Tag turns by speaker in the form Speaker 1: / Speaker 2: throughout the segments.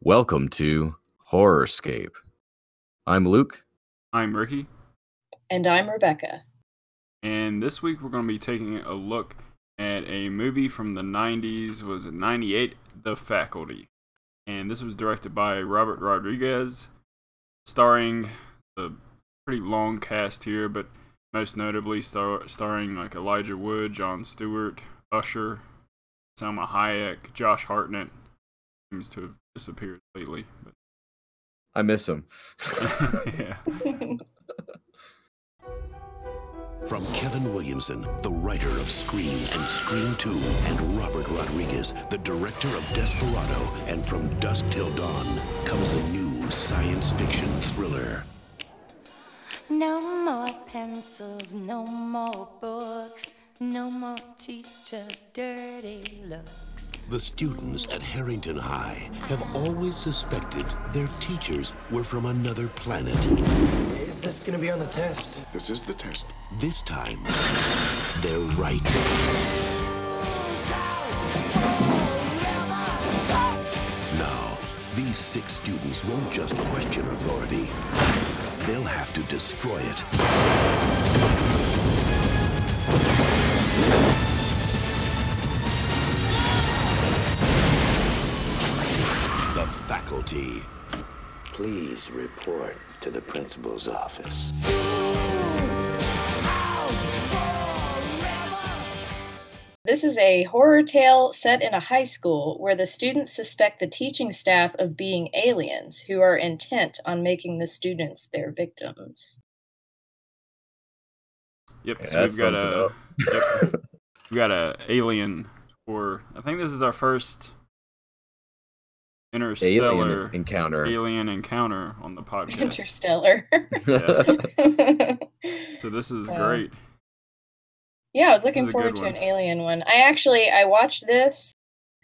Speaker 1: Welcome to Horrorscape. I'm Luke.
Speaker 2: I'm Ricky,
Speaker 3: And I'm Rebecca.
Speaker 2: and this week we're going to be taking a look at a movie from the 90s, was it 98? The Faculty. And this was directed by Robert Rodriguez, starring a pretty long cast here, but most notably star- starring like Elijah Wood, John Stewart, Usher, Selma Hayek, Josh Hartnett. Seems to have disappeared lately. But
Speaker 1: I miss him.
Speaker 2: yeah.
Speaker 4: From Kevin Williamson, the writer of Scream and Scream 2, and Robert Rodriguez, the director of Desperado, and From Dusk Till Dawn, comes a new science fiction thriller.
Speaker 5: No more pencils, no more books, no more teachers' dirty looks.
Speaker 4: The students at Harrington High have always suspected their teachers were from another planet.
Speaker 6: Is this gonna be on the test?
Speaker 7: This is the test.
Speaker 4: This time, they're right. Now, these six students won't just question authority, they'll have to destroy it. The faculty.
Speaker 8: Please report to the principal's office.
Speaker 3: This is a horror tale set in a high school where the students suspect the teaching staff of being aliens who are intent on making the students their victims.
Speaker 2: Yep.
Speaker 1: Yeah,
Speaker 2: so
Speaker 1: that
Speaker 2: we've got
Speaker 1: sums it
Speaker 2: a
Speaker 1: up.
Speaker 2: yep, we got a alien or I think this is our first interstellar
Speaker 1: Alien
Speaker 2: alien,
Speaker 1: encounter.
Speaker 2: encounter on the podcast.
Speaker 3: Interstellar.
Speaker 2: Yeah.
Speaker 3: yeah,
Speaker 2: So this is
Speaker 3: Wow.
Speaker 2: great.
Speaker 3: I was
Speaker 2: This is
Speaker 3: looking
Speaker 2: a
Speaker 3: forward
Speaker 2: good
Speaker 3: to
Speaker 2: one.
Speaker 3: an alien one. I actually I watched this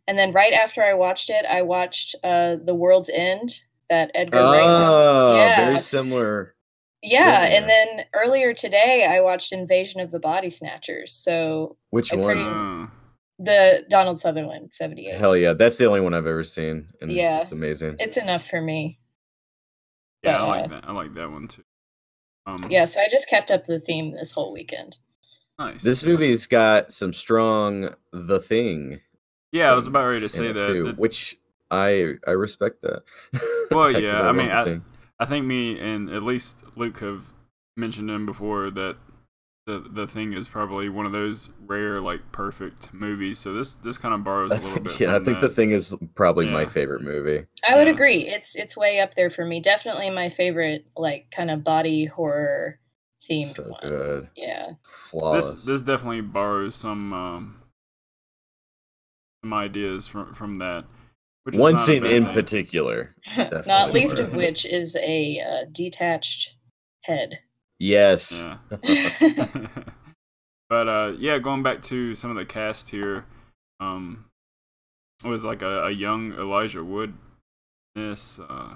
Speaker 3: and then right after I watched it, I watched uh The World's End that Edgar Wright
Speaker 1: Oh,
Speaker 3: Yeah.
Speaker 1: very similar.
Speaker 3: Yeah, and
Speaker 1: Yeah.
Speaker 3: then earlier today I watched Invasion of the Body Snatchers. So
Speaker 1: Which
Speaker 3: I
Speaker 1: one?
Speaker 3: pretty-
Speaker 2: Uh,
Speaker 3: the Donald Sutherland 78.
Speaker 1: Hell yeah, that's the only one I've ever seen, and
Speaker 3: Yeah.
Speaker 1: it's amazing.
Speaker 3: It's enough for me.
Speaker 2: yeah,
Speaker 3: But,
Speaker 2: I
Speaker 3: uh,
Speaker 2: like that. I like that one too. Um,
Speaker 3: Yeah, so I just kept up the theme this whole weekend.
Speaker 2: nice.
Speaker 1: This movie's got some strong The Thing.
Speaker 2: Yeah, I was about
Speaker 1: things
Speaker 2: ready to
Speaker 1: in
Speaker 2: say
Speaker 1: it,
Speaker 2: that.
Speaker 1: too,
Speaker 2: that-
Speaker 1: which I I respect that. 'Cause
Speaker 2: well, yeah. I
Speaker 1: love
Speaker 2: mean,
Speaker 1: The
Speaker 2: I,
Speaker 1: Thing.
Speaker 2: I think me and at least Luke have mentioned him before that the the thing is probably one of those rare like perfect movies. So this this kind of borrows a
Speaker 1: I
Speaker 2: little bit.
Speaker 1: think, yeah, I
Speaker 2: from
Speaker 1: think
Speaker 2: that.
Speaker 1: The Thing is probably my
Speaker 2: Yeah.
Speaker 1: favorite movie.
Speaker 3: I would
Speaker 2: Yeah.
Speaker 3: agree. It's it's way up there for me. Definitely my favorite like kind of body horror themed
Speaker 1: So
Speaker 3: one.
Speaker 1: good,
Speaker 3: Yeah.
Speaker 1: flawless.
Speaker 2: This this definitely borrows some um, some ideas from from that. which is
Speaker 1: One
Speaker 2: not a
Speaker 1: scene
Speaker 2: bad
Speaker 1: in
Speaker 2: thing.
Speaker 1: particular.
Speaker 3: Not
Speaker 1: Definitely
Speaker 3: least of
Speaker 1: horror.
Speaker 3: which is a uh, detached head.
Speaker 1: Yes.
Speaker 2: Yeah.
Speaker 3: yeah.
Speaker 2: but uh, yeah, going back to some of the cast here, um, it was like a, a young Elijah Wood. This uh,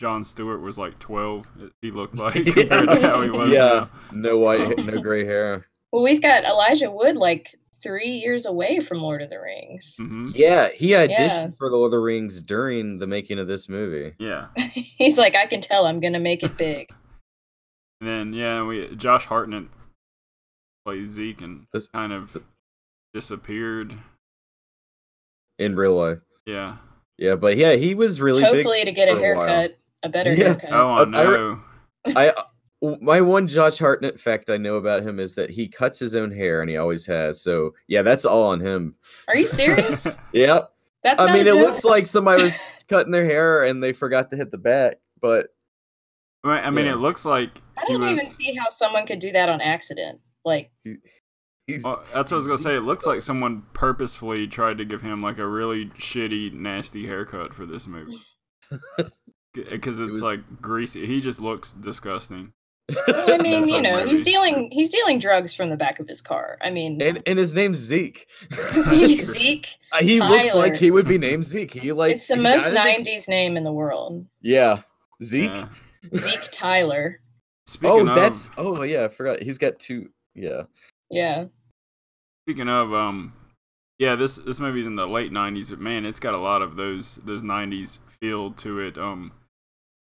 Speaker 2: John Stewart was like twelve. He looked like compared to how he was. Um,
Speaker 1: Yeah.
Speaker 2: Yeah.
Speaker 1: No white, no gray hair.
Speaker 3: Well, we've got Elijah Wood like 3 years away from Lord of the Rings.
Speaker 2: hmm
Speaker 1: Yeah, he auditioned
Speaker 3: Yeah.
Speaker 1: for the Lord of the Rings during the making of this movie.
Speaker 2: Yeah.
Speaker 3: He's like I can tell I'm going to make it big.
Speaker 2: And then yeah, we Josh Hartnett plays Zeke and
Speaker 1: This-
Speaker 2: kind of disappeared.
Speaker 1: In real life.
Speaker 2: Yeah.
Speaker 1: Yeah, but yeah, he was really
Speaker 3: Hopefully to get
Speaker 1: for
Speaker 3: a
Speaker 1: a while.
Speaker 3: haircut, a, better
Speaker 1: Yeah.
Speaker 3: haircut.
Speaker 2: Oh
Speaker 1: I-
Speaker 2: I
Speaker 1: I re-
Speaker 2: know.
Speaker 1: big. I my one Josh Hartnett fact I know about him is that he cuts his own hair and he always has. So yeah, that's all on him.
Speaker 3: Are you serious?
Speaker 1: Yep.
Speaker 3: That's
Speaker 1: I
Speaker 3: not
Speaker 1: mean,
Speaker 3: a
Speaker 1: it
Speaker 3: joke.
Speaker 1: looks like somebody was cutting their hair and they forgot to hit the back, but
Speaker 2: I mean, I mean,
Speaker 1: Yeah.
Speaker 2: it looks like
Speaker 3: I
Speaker 2: he
Speaker 3: don't
Speaker 2: was.
Speaker 3: even see how someone could do that on accident. Like,
Speaker 1: he's
Speaker 2: Well, that's what I was gonna say. It looks like someone purposefully tried to give him like a really shitty, nasty haircut for this movie. Because it's
Speaker 1: was-
Speaker 2: like greasy. He just looks disgusting.
Speaker 3: well, I mean,
Speaker 2: That's
Speaker 3: you
Speaker 2: not
Speaker 3: know, he's
Speaker 2: maybe.
Speaker 3: dealing he's dealing drugs from the back of his car. I mean,
Speaker 1: and, and his name's Zeke.
Speaker 3: he's Zeke.
Speaker 1: Uh, he looks like
Speaker 3: Tyler.
Speaker 1: he would be named Zeke. He like
Speaker 3: it's the
Speaker 1: he-
Speaker 3: most
Speaker 1: I don't think-
Speaker 3: '90s name in the world.
Speaker 1: Yeah, Zeke.
Speaker 2: Yeah.
Speaker 3: Zeke Tyler.
Speaker 2: Speaking
Speaker 1: oh,
Speaker 2: of,
Speaker 1: that's oh yeah, I forgot. He's got two. Yeah,
Speaker 3: Yeah.
Speaker 2: speaking of um, Yeah, this this movie's in the late '90s, but man, it's got a lot of those those '90s feel to it. Um,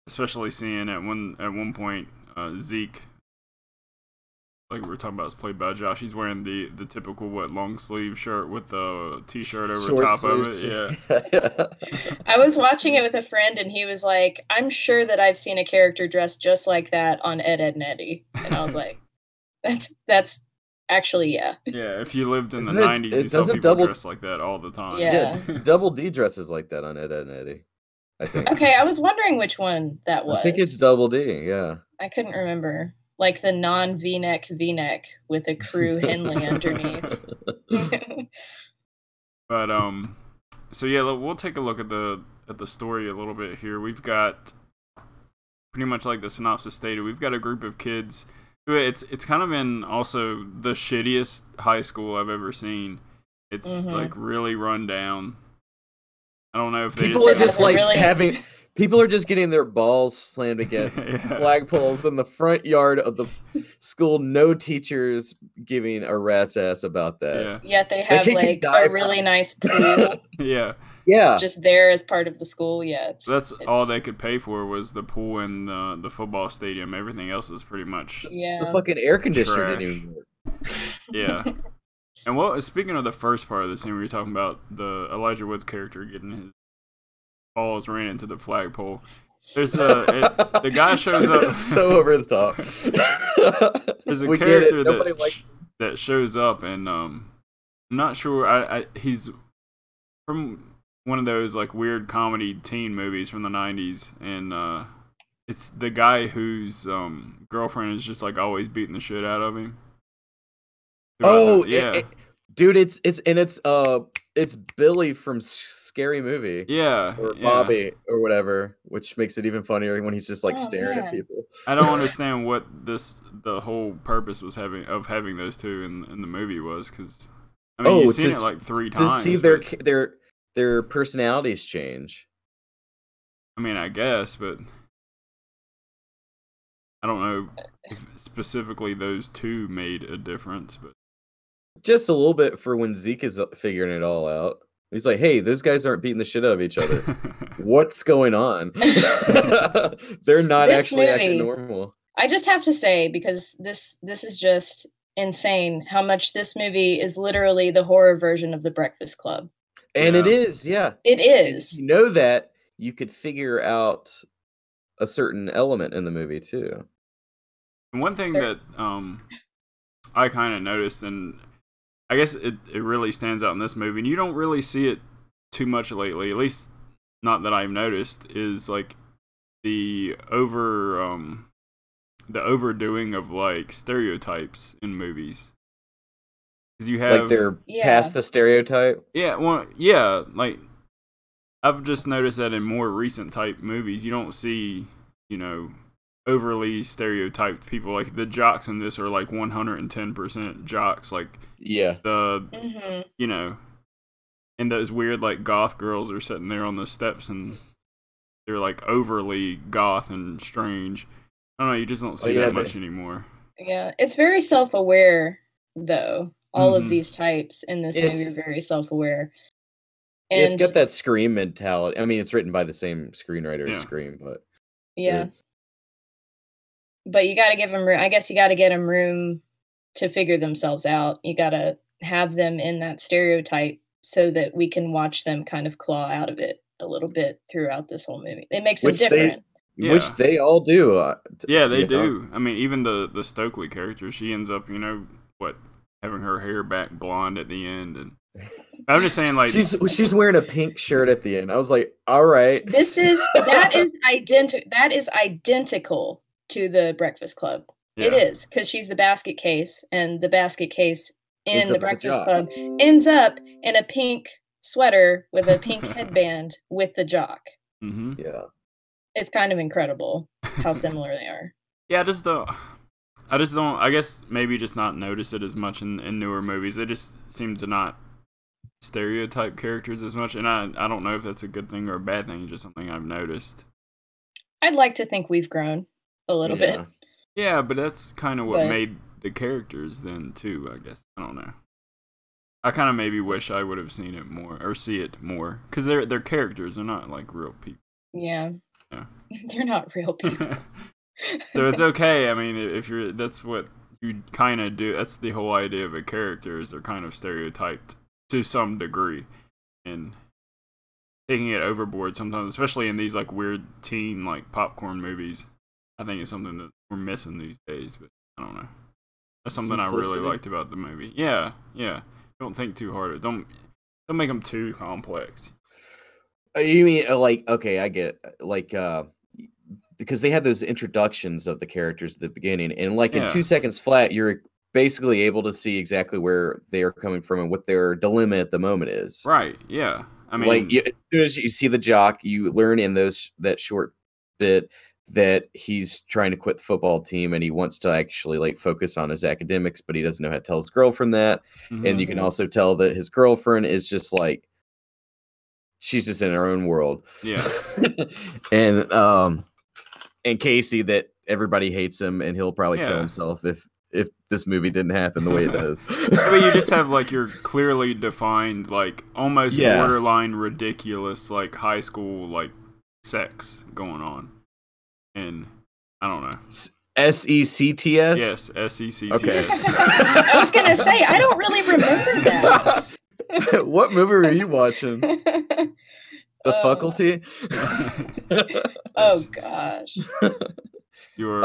Speaker 2: especially seeing at one at one point uh, Zeke, like we were talking about, is played by Josh. He's wearing the the typical what long sleeve shirt with the t-shirt over
Speaker 1: Short
Speaker 2: top of
Speaker 1: sleeves.
Speaker 2: it. Yeah,
Speaker 3: I was watching it with a friend, and he was like, "I'm sure that I've seen a character dressed just like that on Ed, Ed, and Eddie," and I was like, "That's that's actually yeah,
Speaker 2: yeah. If you lived in
Speaker 1: Isn't
Speaker 2: the
Speaker 1: it-
Speaker 2: '90s,
Speaker 1: it
Speaker 2: you saw
Speaker 1: doesn't
Speaker 2: people
Speaker 1: double-
Speaker 2: dressed like that all the time.
Speaker 1: yeah,
Speaker 3: Yeah.
Speaker 1: double D dresses like that on Ed, Ed and Eddie. I think.
Speaker 3: okay." I was wondering which one that was.
Speaker 1: I think it's double D. Yeah.
Speaker 3: I couldn't remember. Like the non V neck V neck with a crew Henley underneath.
Speaker 2: But um, so yeah, look, we'll take a look at the at the story a little bit here. We've got pretty much like the synopsis stated. We've got a group of kids who it's it's kind of in also the shittiest high school I've ever seen. It's
Speaker 3: Mhm.
Speaker 2: like really run down. I don't know if they
Speaker 1: people are
Speaker 3: have
Speaker 1: just
Speaker 3: a
Speaker 1: like
Speaker 3: really-
Speaker 1: having people are just getting their balls slammed against
Speaker 2: Yeah.
Speaker 1: flagpoles in the front yard of the school no teachers giving a rat's ass about that
Speaker 2: yeah
Speaker 3: Yet they
Speaker 1: That
Speaker 3: have
Speaker 1: kid can
Speaker 3: like
Speaker 1: die
Speaker 3: a
Speaker 1: from-
Speaker 3: really nice pool
Speaker 2: yeah.
Speaker 1: yeah,
Speaker 3: just there as part of the school. Yeah, it's,
Speaker 2: So that's
Speaker 3: it's-
Speaker 2: all they could pay for was the pool and the the football stadium. Everything else is pretty much
Speaker 3: Yeah,
Speaker 1: the fucking air conditioner didn't
Speaker 2: Trash.
Speaker 1: even work
Speaker 2: Yeah. and what speaking of the first part of the scene, we were talking about the Elijah Woods character getting his balls ran into the flagpole. There's a Uh, it, the guy shows up.
Speaker 1: so over the top
Speaker 2: There's a
Speaker 1: We get it,
Speaker 2: character
Speaker 1: nobody
Speaker 2: that
Speaker 1: likes-
Speaker 2: sh- that shows up, and um, I'm not sure. I, I he's from one of those like weird comedy teen movies from the '90s, and uh, it's the guy whose um girlfriend is just like always beating the shit out of him. Throughout the-
Speaker 1: oh yeah dude it's it's and it's uh it's billy from S- scary movie
Speaker 2: Yeah.
Speaker 1: Or
Speaker 2: yeah.
Speaker 1: Bobby, or whatever, which makes it even funnier when he's just like
Speaker 3: Oh,
Speaker 1: staring at
Speaker 3: man.
Speaker 1: people.
Speaker 2: I don't understand what this the whole purpose was having of having those two in in the movie was because I mean
Speaker 1: Oh,
Speaker 2: you've seen
Speaker 1: to
Speaker 2: it
Speaker 1: s-
Speaker 2: like three
Speaker 1: to
Speaker 2: times.
Speaker 1: see their
Speaker 2: but-
Speaker 1: ca- their their personalities change.
Speaker 2: I mean, I guess, but I don't know if specifically those two made a difference. But
Speaker 1: Just a little bit for when Zeke is uh, figuring it all out. He's like, "Hey, those guys aren't beating the shit out of each other. What's going on? They're not
Speaker 3: This
Speaker 1: actually acting
Speaker 3: movie-
Speaker 1: normal."
Speaker 3: I just have to say because this this is just insane how much this movie is literally the horror version of The Breakfast Club.
Speaker 1: And it
Speaker 2: Yeah.
Speaker 1: is, yeah.
Speaker 3: It
Speaker 1: And if
Speaker 3: is.
Speaker 1: you know that you could figure out a certain element in the movie too.
Speaker 2: And one thing
Speaker 3: Cer-
Speaker 2: that um, I kind of noticed, and I guess it, it really stands out in this movie, and you don't really see it too much lately, at least not that I've noticed, is like the over um, the overdoing of like stereotypes in movies. Because you have
Speaker 1: Like they're
Speaker 3: Yeah.
Speaker 1: past the stereotype.
Speaker 2: yeah, well, yeah, like I've just noticed that in more recent type movies, you don't see, you know, overly stereotyped people like the jocks in this are like 110% jocks like
Speaker 1: Yeah.
Speaker 2: the
Speaker 3: hmm
Speaker 2: you know and those weird like goth girls are sitting there on the steps and they're like overly goth and strange i don't know you just don't see
Speaker 1: Oh, yeah,
Speaker 2: that
Speaker 1: they-
Speaker 2: much anymore
Speaker 3: Yeah, it's very self aware though. All
Speaker 2: Mhm.
Speaker 3: of these types in this
Speaker 1: It's-
Speaker 3: movie are very self aware.
Speaker 1: Yeah, it's
Speaker 3: And
Speaker 1: got that scream mentality. I mean, it's written by the same screenwriter as
Speaker 2: Yeah.
Speaker 1: Scream, but
Speaker 3: yeah,
Speaker 1: it's-
Speaker 3: but you got to give them room. I guess you got to get them room to figure themselves out. You got to have them in that stereotype so that we can watch them kind of claw out of it a little bit throughout this whole movie. It makes
Speaker 1: Which they-
Speaker 3: them different.
Speaker 2: Yeah.
Speaker 1: which they all do. uh, t-
Speaker 2: Yeah, they
Speaker 1: you know?
Speaker 2: do. I mean, even the the Stokely character, she ends up, you know, what having her hair back blonde at the end, and I'm just saying, like,
Speaker 1: She's she's wearing a pink shirt at the end. I was like, all right,
Speaker 3: This is that is identi- that is identical to the Breakfast Club. It
Speaker 2: yeah.
Speaker 3: is because she's the basket case, and the basket case in
Speaker 1: Ends up with
Speaker 3: the
Speaker 1: a
Speaker 3: Breakfast
Speaker 1: jock.
Speaker 3: Club ends up in a pink sweater with a pink headband with the jock.
Speaker 2: hmm
Speaker 1: yeah.
Speaker 3: It's kind of incredible how similar they are.
Speaker 2: Yeah, I just don't. I just don't. I guess maybe just not notice it as much in, in newer movies. They just seem to not stereotype characters as much, and I I don't know if that's a good thing or a bad thing. Just something I've noticed.
Speaker 3: I'd like to think we've grown a little
Speaker 1: yeah.
Speaker 3: bit.
Speaker 2: Yeah, but that's kind of what
Speaker 3: But-
Speaker 2: made the characters then too. I guess I don't know. I kind of maybe wish I would have seen it more or see it more because they're they're characters. They're not like real people.
Speaker 3: Yeah.
Speaker 2: Yeah.
Speaker 3: They're not real people.
Speaker 2: so it's okay. I mean, i- if you're that's what you kind of do. That's the whole idea of a character is they're kind of stereotyped to some degree, and taking it overboard sometimes, especially in these like weird teen like popcorn movies. I think it's something that we're missing these days, but I don't know. That's something I
Speaker 1: Simplicity?
Speaker 2: really liked about the movie. Yeah, yeah. Don't think too hard. Don't don't make them too complex.
Speaker 1: Uh, You mean uh, like okay, I get uh, like uh y- because they had those introductions of the characters at the beginning, and like in
Speaker 2: Yeah.
Speaker 1: two seconds flat, you're basically able to see exactly where they are coming from and what their dilemma at the moment is.
Speaker 2: Right? Yeah. I mean,
Speaker 1: like you, as soon as you see the jock, you learn in those that short bit that he's trying to quit the football team and he wants to actually like focus on his academics, but he doesn't know how to tell his girlfriend that
Speaker 2: mhm.
Speaker 1: and you can
Speaker 3: Mhm.
Speaker 1: also tell that his girlfriend is just like she's just in her own world
Speaker 2: yeah.
Speaker 1: and um and casey that everybody hates him and he'll probably
Speaker 2: Yeah.
Speaker 1: kill himself if if this movie didn't happen the way it does
Speaker 2: I mean, you just have like your clearly defined, like almost
Speaker 1: Yeah.
Speaker 2: borderline ridiculous, like high school, like sex going on, and I don't know.
Speaker 1: E s-e-c-t-s
Speaker 2: Yes, S E C T
Speaker 1: okay
Speaker 2: S.
Speaker 3: I was gonna say I don't really remember that.
Speaker 1: what movie were you watching the
Speaker 3: Uh,
Speaker 1: faculty
Speaker 3: oh gosh.
Speaker 2: Your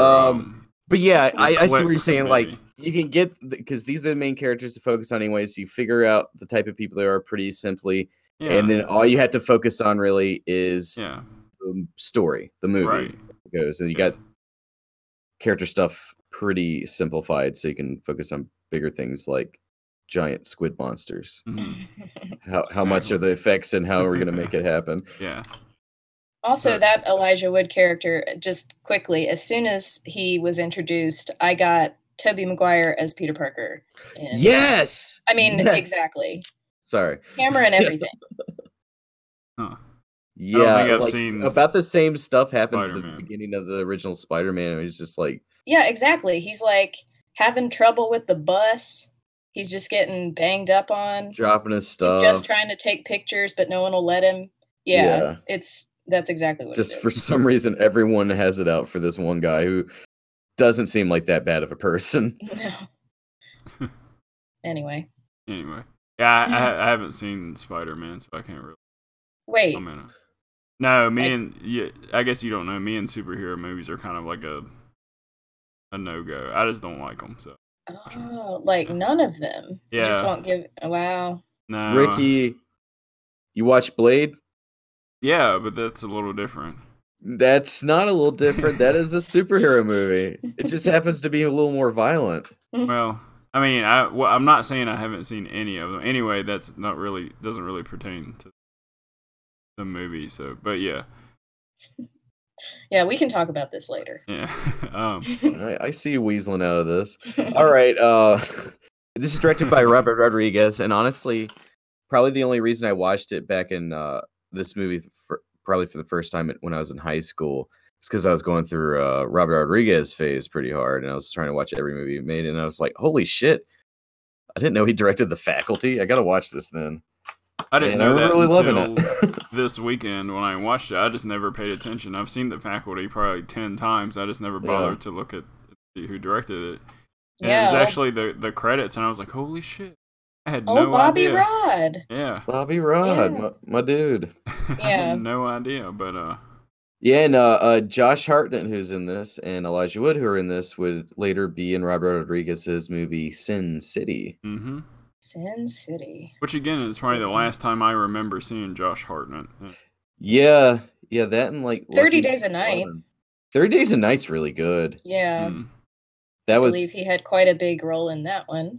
Speaker 1: Um,
Speaker 2: um,
Speaker 1: But yeah,
Speaker 2: Or
Speaker 1: I, I see what you're
Speaker 2: clicks,
Speaker 1: saying. Like
Speaker 2: maybe.
Speaker 1: you can get because these are the main characters to focus on anyway. So you figure out the type of people they are pretty simply,
Speaker 2: yeah,
Speaker 1: and then all you have to focus on really is
Speaker 2: yeah,
Speaker 1: the m- story, the movie
Speaker 2: right,
Speaker 1: goes, and you
Speaker 2: yeah.
Speaker 1: got character stuff pretty simplified, so you can focus on bigger things like giant squid monsters.
Speaker 2: Mhm,
Speaker 1: How how much are the effects, and how are we going to make it happen?
Speaker 2: yeah,
Speaker 3: Also,
Speaker 2: But-
Speaker 3: that Elijah Wood character, just quickly, as soon as he was introduced, I got Toby Maguire as Peter Parker. and-
Speaker 1: Yes,
Speaker 3: I mean,
Speaker 1: Yes!
Speaker 3: exactly.
Speaker 1: Sorry.
Speaker 3: Camera and everything.
Speaker 1: Yeah,
Speaker 2: think I've
Speaker 1: like,
Speaker 2: seen
Speaker 1: about the same stuff happens at
Speaker 2: Spider-Man.
Speaker 1: the beginning of the original Spider-Man. and It's just like,
Speaker 3: yeah, exactly. He's like having trouble with the bus. He's just getting banged up on.
Speaker 1: dropping his
Speaker 3: Mm-hmm. He's
Speaker 1: stuff.
Speaker 3: just trying to take pictures, but no one will let him. Yeah,
Speaker 1: Yeah.
Speaker 3: it's that's exactly what.
Speaker 1: Just
Speaker 3: it
Speaker 1: for
Speaker 3: is.
Speaker 1: some reason, everyone has it out for this one guy who doesn't seem like that bad of a person.
Speaker 3: No. anyway,
Speaker 2: Anyway, yeah, I, I, I haven't seen Spider Man, so I can't really.
Speaker 3: wait.
Speaker 2: I'm in a- No, me
Speaker 3: Like-
Speaker 2: and yeah, I guess you don't know. Me and superhero movies are kind of like a a no go. I just don't like them. So
Speaker 3: Oh, like none of them. You Just
Speaker 2: Yeah.
Speaker 3: won't give. Wow.
Speaker 2: no,
Speaker 1: Ricky, you watch Blade?
Speaker 2: Yeah, but that's a little different.
Speaker 1: That's not a little different. That is a superhero movie. It just happens to be a little more violent.
Speaker 2: Well, I mean, I well, I'm not saying I haven't seen any of them. Anyway, that's not really doesn't really pertain to the movie. So, but yeah,
Speaker 3: Yeah, we can talk about this later.
Speaker 2: yeah. um,
Speaker 1: I, I see you weaseling out of this. All right. Uh, this is directed by Robert Rodriguez, and honestly, probably the only reason I watched it back in uh, this movie, for, probably for the first time at- when I was in high school, is because I was going through uh, Robert Rodriguez phase pretty hard, and I was trying to watch every movie he made, and I was like, "Holy shit! I didn't know he directed The Faculty. I gotta watch this then."
Speaker 2: I didn't
Speaker 1: And I
Speaker 2: know that
Speaker 1: really loving
Speaker 2: until
Speaker 1: it.
Speaker 2: this weekend when I watched it. I just never paid attention. I've seen the faculty probably ten times. I just never
Speaker 1: Yeah.
Speaker 2: bothered to look at see who directed it. And it was
Speaker 3: Yeah.
Speaker 2: actually the the credits, and I was like, "Holy shit!" I had
Speaker 3: Oh,
Speaker 2: no
Speaker 3: Bobby
Speaker 2: idea.
Speaker 3: Rod.
Speaker 2: Yeah,
Speaker 1: Bobby Rod,
Speaker 3: Yeah.
Speaker 1: my, my dude.
Speaker 2: I
Speaker 3: Yeah.
Speaker 2: had no idea. But uh,
Speaker 1: Yeah, and uh, uh, Josh Hartnett, who's in this, and Elijah Wood, who are in this, would later be in Robert Rodriguez's movie Sin City.
Speaker 2: hmm
Speaker 3: Sin City.
Speaker 2: which again is probably the last time I remember seeing Josh Hartnett. Yeah.
Speaker 1: Yeah, yeah, that and like
Speaker 3: 30 Days a Night.
Speaker 1: Thirty Days a Night's really good.
Speaker 3: Yeah.
Speaker 2: Mm.
Speaker 1: Hmm. That
Speaker 3: I
Speaker 1: was
Speaker 3: believe he had quite a big role in that one.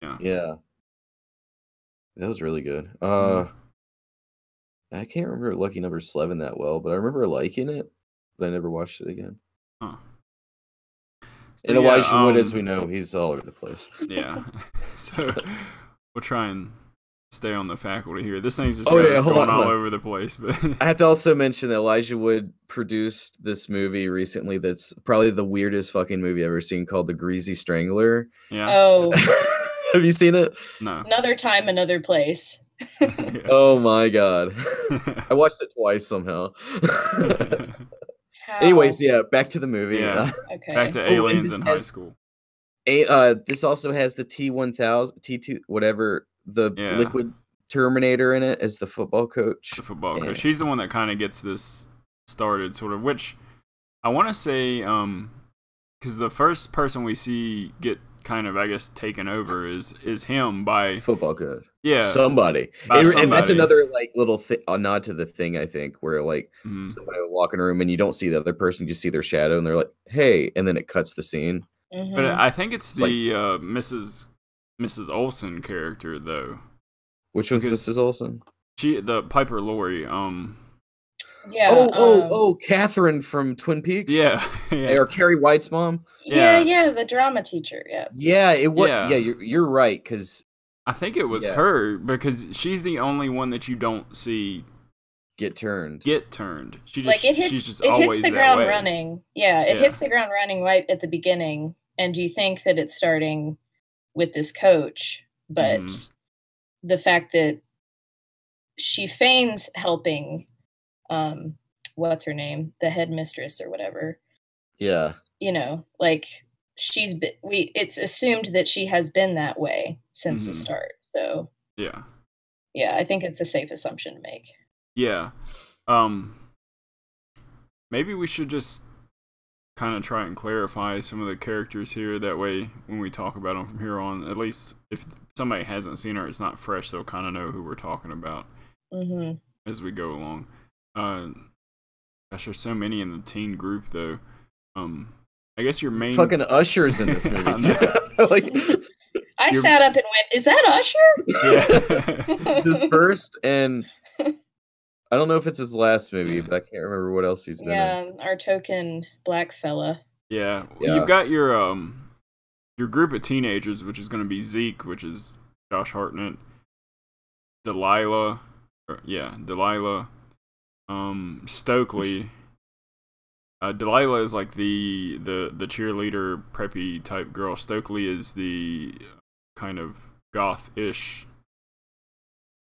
Speaker 1: yeah, that was really good. Uh,
Speaker 2: Mhm.
Speaker 3: Mm-hmm.
Speaker 1: I can't remember Lucky Number Eleven that well, but I remember liking it, but I never watched it again.
Speaker 2: Huh.
Speaker 1: And
Speaker 2: So, yeah,
Speaker 1: Elijah Wood, as
Speaker 2: um,
Speaker 1: we know, he's all over the place.
Speaker 2: Yeah. so we'll try and stay on the faculty here. This thing's just
Speaker 1: Oh,
Speaker 2: kinda
Speaker 1: yeah,
Speaker 2: just
Speaker 1: hold
Speaker 2: going
Speaker 1: on, hold
Speaker 2: all
Speaker 1: on.
Speaker 2: over the place, but
Speaker 1: I have to also mention that Elijah Wood produced this movie recently
Speaker 3: Uh,
Speaker 1: that's probably the weirdest fucking movie I've ever seen called The Greasy Strangler.
Speaker 2: yeah.
Speaker 3: Oh,
Speaker 1: Have you seen it?
Speaker 2: No.
Speaker 3: Another time, another place.
Speaker 2: Yeah.
Speaker 1: Oh my god. I watched it twice somehow.
Speaker 3: How?
Speaker 1: Anyways, yeah, back to the movie.
Speaker 2: Yeah.
Speaker 3: okay.
Speaker 2: Back to
Speaker 1: and
Speaker 2: aliens
Speaker 1: this
Speaker 2: in high
Speaker 1: has-
Speaker 2: school.
Speaker 1: A, uh, this also has the T one thousand, T two, whatever the
Speaker 2: Yeah.
Speaker 1: liquid Terminator in it as the football coach.
Speaker 2: The football
Speaker 1: Yeah.
Speaker 2: coach. She's the one that kind of gets this started, sort of. Which I want to say, um, because the first person we see get kind of, I guess, taken over is is him by
Speaker 1: Football coach.
Speaker 2: yeah.
Speaker 1: Somebody.
Speaker 2: By
Speaker 1: And- And that's
Speaker 2: somebody.
Speaker 1: another like little thi- a nod to the thing I think where like
Speaker 2: Mhm.
Speaker 1: somebody will walk in a room and you don't see the other person, you just see their shadow and they're like, "Hey," and then it cuts the scene.
Speaker 3: Mhm.
Speaker 2: But uh, I think it's
Speaker 1: It's like-
Speaker 2: the uh, Mrs. Mrs. Olson character though.
Speaker 1: Which one's
Speaker 2: Because-
Speaker 1: Mrs. Olsen?
Speaker 2: She the Piper Laurie. Um.
Speaker 3: yeah.
Speaker 1: oh, oh,
Speaker 3: um,
Speaker 1: oh, Catherine from Twin Peaks.
Speaker 2: Yeah. yeah.
Speaker 1: or Carrie White's mom.
Speaker 3: Yeah,
Speaker 2: yeah.
Speaker 3: yeah, the drama teacher. Yeah.
Speaker 1: Yeah, it was.
Speaker 2: Yeah.
Speaker 1: Yeah, you're, you're right because
Speaker 2: I think it was
Speaker 1: Yeah.
Speaker 2: her because she's the only one that you don't see
Speaker 1: get turned.
Speaker 2: get turned. She just
Speaker 3: like it hits,
Speaker 2: she's just
Speaker 3: it
Speaker 2: always
Speaker 3: hits the
Speaker 2: that
Speaker 3: ground
Speaker 2: way.
Speaker 3: running. Yeah, it
Speaker 2: Yeah.
Speaker 3: hits the ground running right at the beginning, and you think that it's starting with this coach, but
Speaker 2: Mhm.
Speaker 3: the fact that she feigns helping, um, what's her name, the headmistress or whatever,
Speaker 1: yeah,
Speaker 3: you know, like she's be- we it's assumed that she has been that way since the
Speaker 2: Mhm.
Speaker 3: start. So
Speaker 2: Yeah.
Speaker 3: yeah, I think it's a safe assumption to make.
Speaker 2: Yeah. Um maybe we should just kind of try and clarify some of the characters here that way when we talk about them from here on at least if somebody hasn't seen her it's not fresh they'll kind of know who we're talking about
Speaker 3: hmm
Speaker 2: as we go along. Uh gosh, there's so many in the teen group though. Um I guess your main
Speaker 1: fucking Usher's in this
Speaker 2: I
Speaker 1: movie.
Speaker 2: know.
Speaker 1: too. like
Speaker 3: I
Speaker 2: You're-
Speaker 3: sat up and went, "Is that Usher?"
Speaker 2: yeah.
Speaker 1: this is his first, and I don't know if it's his last movie, but I can't remember what else he's been in.
Speaker 3: Yeah, our token black fella.
Speaker 2: Yeah. well,
Speaker 1: Yeah.
Speaker 2: You've got your um your group of teenagers, which is gonna be Zeke, which is Josh Hartnett, Delilah or, yeah, Delilah, um Stokely. Uh, Delilah is like the, the the cheerleader preppy type girl. Stokely is the uh, kind of goth ish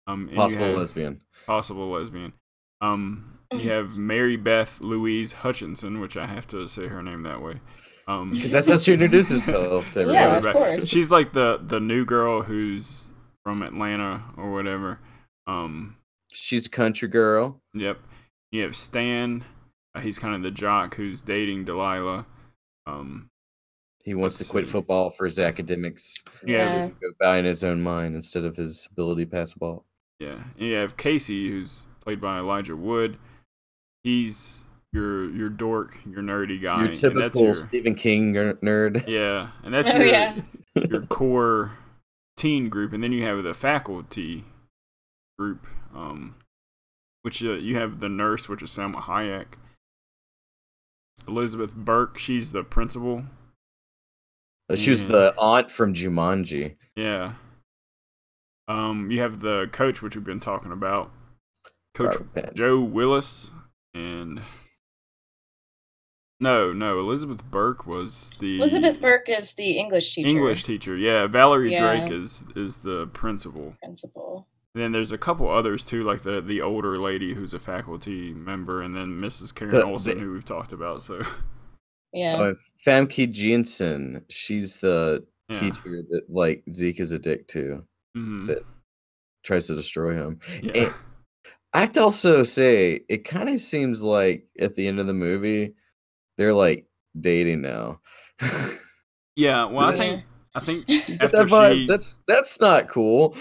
Speaker 2: um and you
Speaker 1: Possible
Speaker 2: have-
Speaker 1: lesbian.
Speaker 2: possible lesbian. Um,
Speaker 3: Mm-hmm.
Speaker 2: you have Mary Beth Louise Hutchinson, which I have to say her name that way. Um,
Speaker 1: Because that's how she introduces herself to everybody.
Speaker 3: Yeah,
Speaker 2: Mary
Speaker 3: of
Speaker 2: Beth-
Speaker 3: course.
Speaker 2: She's like the the new girl who's from Atlanta or whatever. Um,
Speaker 1: She's a country girl.
Speaker 2: yep. You have Stan. Uh, he's kind of the jock who's dating Delilah. Um,
Speaker 1: He wants
Speaker 2: Let's
Speaker 1: to quit
Speaker 2: see.
Speaker 1: football for his academics.
Speaker 2: Yeah.
Speaker 1: so he can go by in his own mind instead of his ability to pass the ball.
Speaker 2: Yeah, and you have Casey, who's played by Elijah Wood. He's your your dork, your nerdy guy.
Speaker 1: Your
Speaker 2: and that's
Speaker 1: typical
Speaker 2: your-
Speaker 1: Stephen King ner- nerd.
Speaker 2: Yeah, and that's
Speaker 3: Oh,
Speaker 2: your
Speaker 3: yeah.
Speaker 2: your core teen group, and then you have the faculty group, um, which uh, you have the nurse, which is Selma Hayek, Elizabeth Burke, she's the principal.
Speaker 1: Uh, She was
Speaker 2: Yeah.
Speaker 1: the aunt from Jumanji.
Speaker 2: Yeah. Um, you have the coach, which we've been talking about, Coach
Speaker 1: Robert Pattinson.
Speaker 2: Joe Willis, and no, no, Elizabeth Burke was the
Speaker 3: Elizabeth Burke is the English teacher.
Speaker 2: English teacher. Yeah, Valerie
Speaker 3: Yeah.
Speaker 2: Drake is is the principal.
Speaker 3: principal.
Speaker 2: And then there's a couple others too, like the the older lady who's a faculty member, and then Mrs. Karen
Speaker 1: The-
Speaker 2: Olsen,
Speaker 1: the-
Speaker 2: who we've talked about. So
Speaker 3: Yeah.
Speaker 1: Uh, Famke Jensen, she's the
Speaker 2: yeah.
Speaker 1: teacher that like Zeke is a dick to,
Speaker 2: Mhm.
Speaker 1: that- tries to destroy him.
Speaker 2: yeah.
Speaker 1: eh, I have to also say, it kind of seems like at the end of the movie, they're like dating now.
Speaker 2: yeah. Well, I
Speaker 3: Yeah.
Speaker 2: think I think
Speaker 1: Get
Speaker 2: after
Speaker 1: that vibe?
Speaker 2: she,
Speaker 1: that's that's not cool.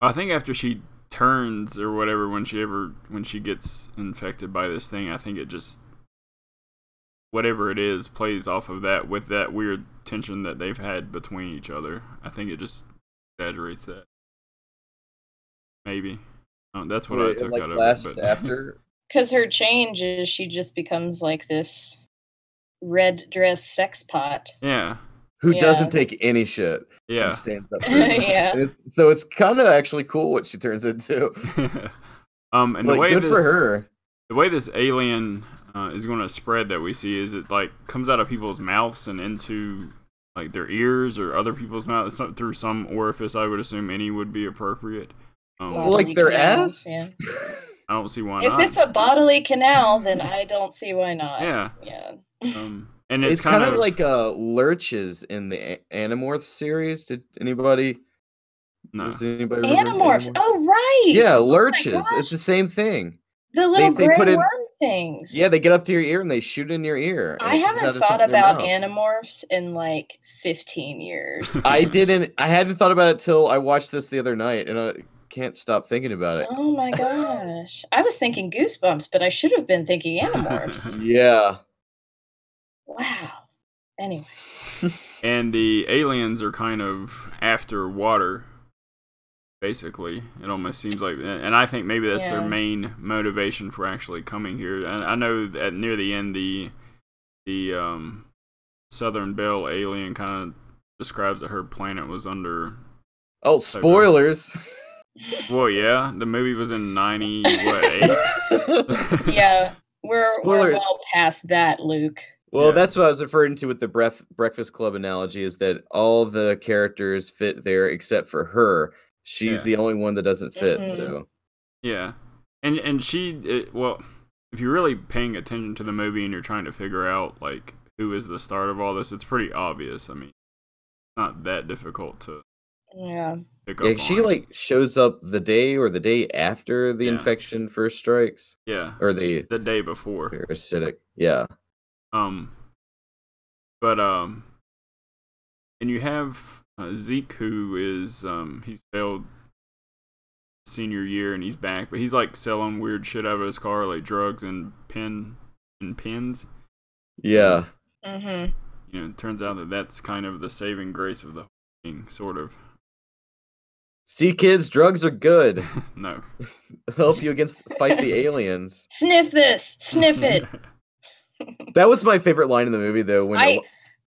Speaker 2: I think after she turns or whatever, when she ever when she gets infected by this thing, I think it just whatever it is plays off of that with that weird tension that they've had between each other. I think it just exaggerates that. Maybe. Um, that's what I
Speaker 1: Wait, it,
Speaker 2: took
Speaker 1: like
Speaker 2: out
Speaker 1: last
Speaker 2: of it. But
Speaker 1: after
Speaker 3: Because her change is she just becomes like this red dress sex pot.
Speaker 2: yeah,
Speaker 1: who
Speaker 3: Yeah.
Speaker 1: doesn't take any shit. and
Speaker 2: yeah.
Speaker 1: stands up. for herself.
Speaker 3: yeah.
Speaker 1: And it's, so it's kind of actually cool what she turns into.
Speaker 2: um, and
Speaker 1: like,
Speaker 2: the way
Speaker 1: good
Speaker 2: this,
Speaker 1: for her.
Speaker 2: the way this alien uh, is going to spread that we see is it like comes out of people's mouths and into like their ears or other people's mouth so- through some orifice. I would assume any would be appropriate. Um,
Speaker 3: Bodily
Speaker 1: Like their ass?
Speaker 3: canals, Yeah.
Speaker 2: I don't see why
Speaker 3: If
Speaker 2: not.
Speaker 3: it's a bodily canal, then I don't see why not.
Speaker 2: yeah,
Speaker 3: Yeah.
Speaker 2: um, and
Speaker 1: It's,
Speaker 2: it's,
Speaker 1: kind of like uh, lurches in the A- Animorphs series. Did anybody?
Speaker 2: no.
Speaker 1: Does anybody remember
Speaker 3: Animorphs. Oh right.
Speaker 1: Yeah, lurches.
Speaker 3: gosh.
Speaker 1: it's the same thing.
Speaker 3: The little
Speaker 1: they
Speaker 3: gray
Speaker 1: put in-
Speaker 3: worm things.
Speaker 1: Yeah, they get up to your ear and they shoot in your ear. and
Speaker 3: I
Speaker 1: it comes out
Speaker 3: haven't
Speaker 1: of
Speaker 3: thought
Speaker 1: something in their
Speaker 3: about
Speaker 1: mouth.
Speaker 3: Animorphs in like 15 years.
Speaker 1: I didn't. I hadn't thought about it till I watched this the other night, and I can't stop thinking about it.
Speaker 3: oh my gosh. I was thinking Goosebumps, but I should have been thinking Animorphs.
Speaker 1: Yeah.
Speaker 3: wow. Anyway.
Speaker 2: and the aliens are kind of after water basically it almost seems like and and i think maybe that's their
Speaker 3: Yeah.
Speaker 2: main motivation for actually coming here and i know that near the end the the um southern bell alien kind of describes that her planet was under
Speaker 1: Oh, spoilers.
Speaker 2: well yeah the movie was in 90 what 8
Speaker 3: Yeah. We're,
Speaker 1: Spoiler-
Speaker 3: we're well past that, Luke.
Speaker 1: Well,
Speaker 2: Yeah.
Speaker 1: that's what I was referring to with the breath, Breakfast Club analogy is that all the characters fit there except for her. She's the only one that doesn't fit.
Speaker 3: Mhm.
Speaker 1: So,
Speaker 2: Yeah, and and she it, well, if you're really paying attention to the movie and you're trying to figure out like who is the start of all this, it's pretty obvious. I mean, it's not that difficult to
Speaker 3: Yeah.
Speaker 2: pick
Speaker 1: yeah,
Speaker 2: up.
Speaker 1: she
Speaker 2: on.
Speaker 1: like shows up the day or the day after the
Speaker 2: Yeah.
Speaker 1: infection first strikes
Speaker 2: yeah
Speaker 1: or the
Speaker 2: the day before.
Speaker 1: parasitic. Yeah.
Speaker 2: Um, but um, and you have uh, Zeke who is um he's failed senior year and he's back, but he's like selling weird shit out of his car, like drugs and pin and pins.
Speaker 1: Yeah.
Speaker 3: Mm-hmm.
Speaker 2: you know, it turns out that that's kind of the saving grace of the whole thing, sort of.
Speaker 1: See, kids, drugs are good.
Speaker 2: No.
Speaker 1: Help you against fight the aliens.
Speaker 3: Sniff this. Sniff it.
Speaker 1: That was my favorite line in the movie, though, when
Speaker 3: I-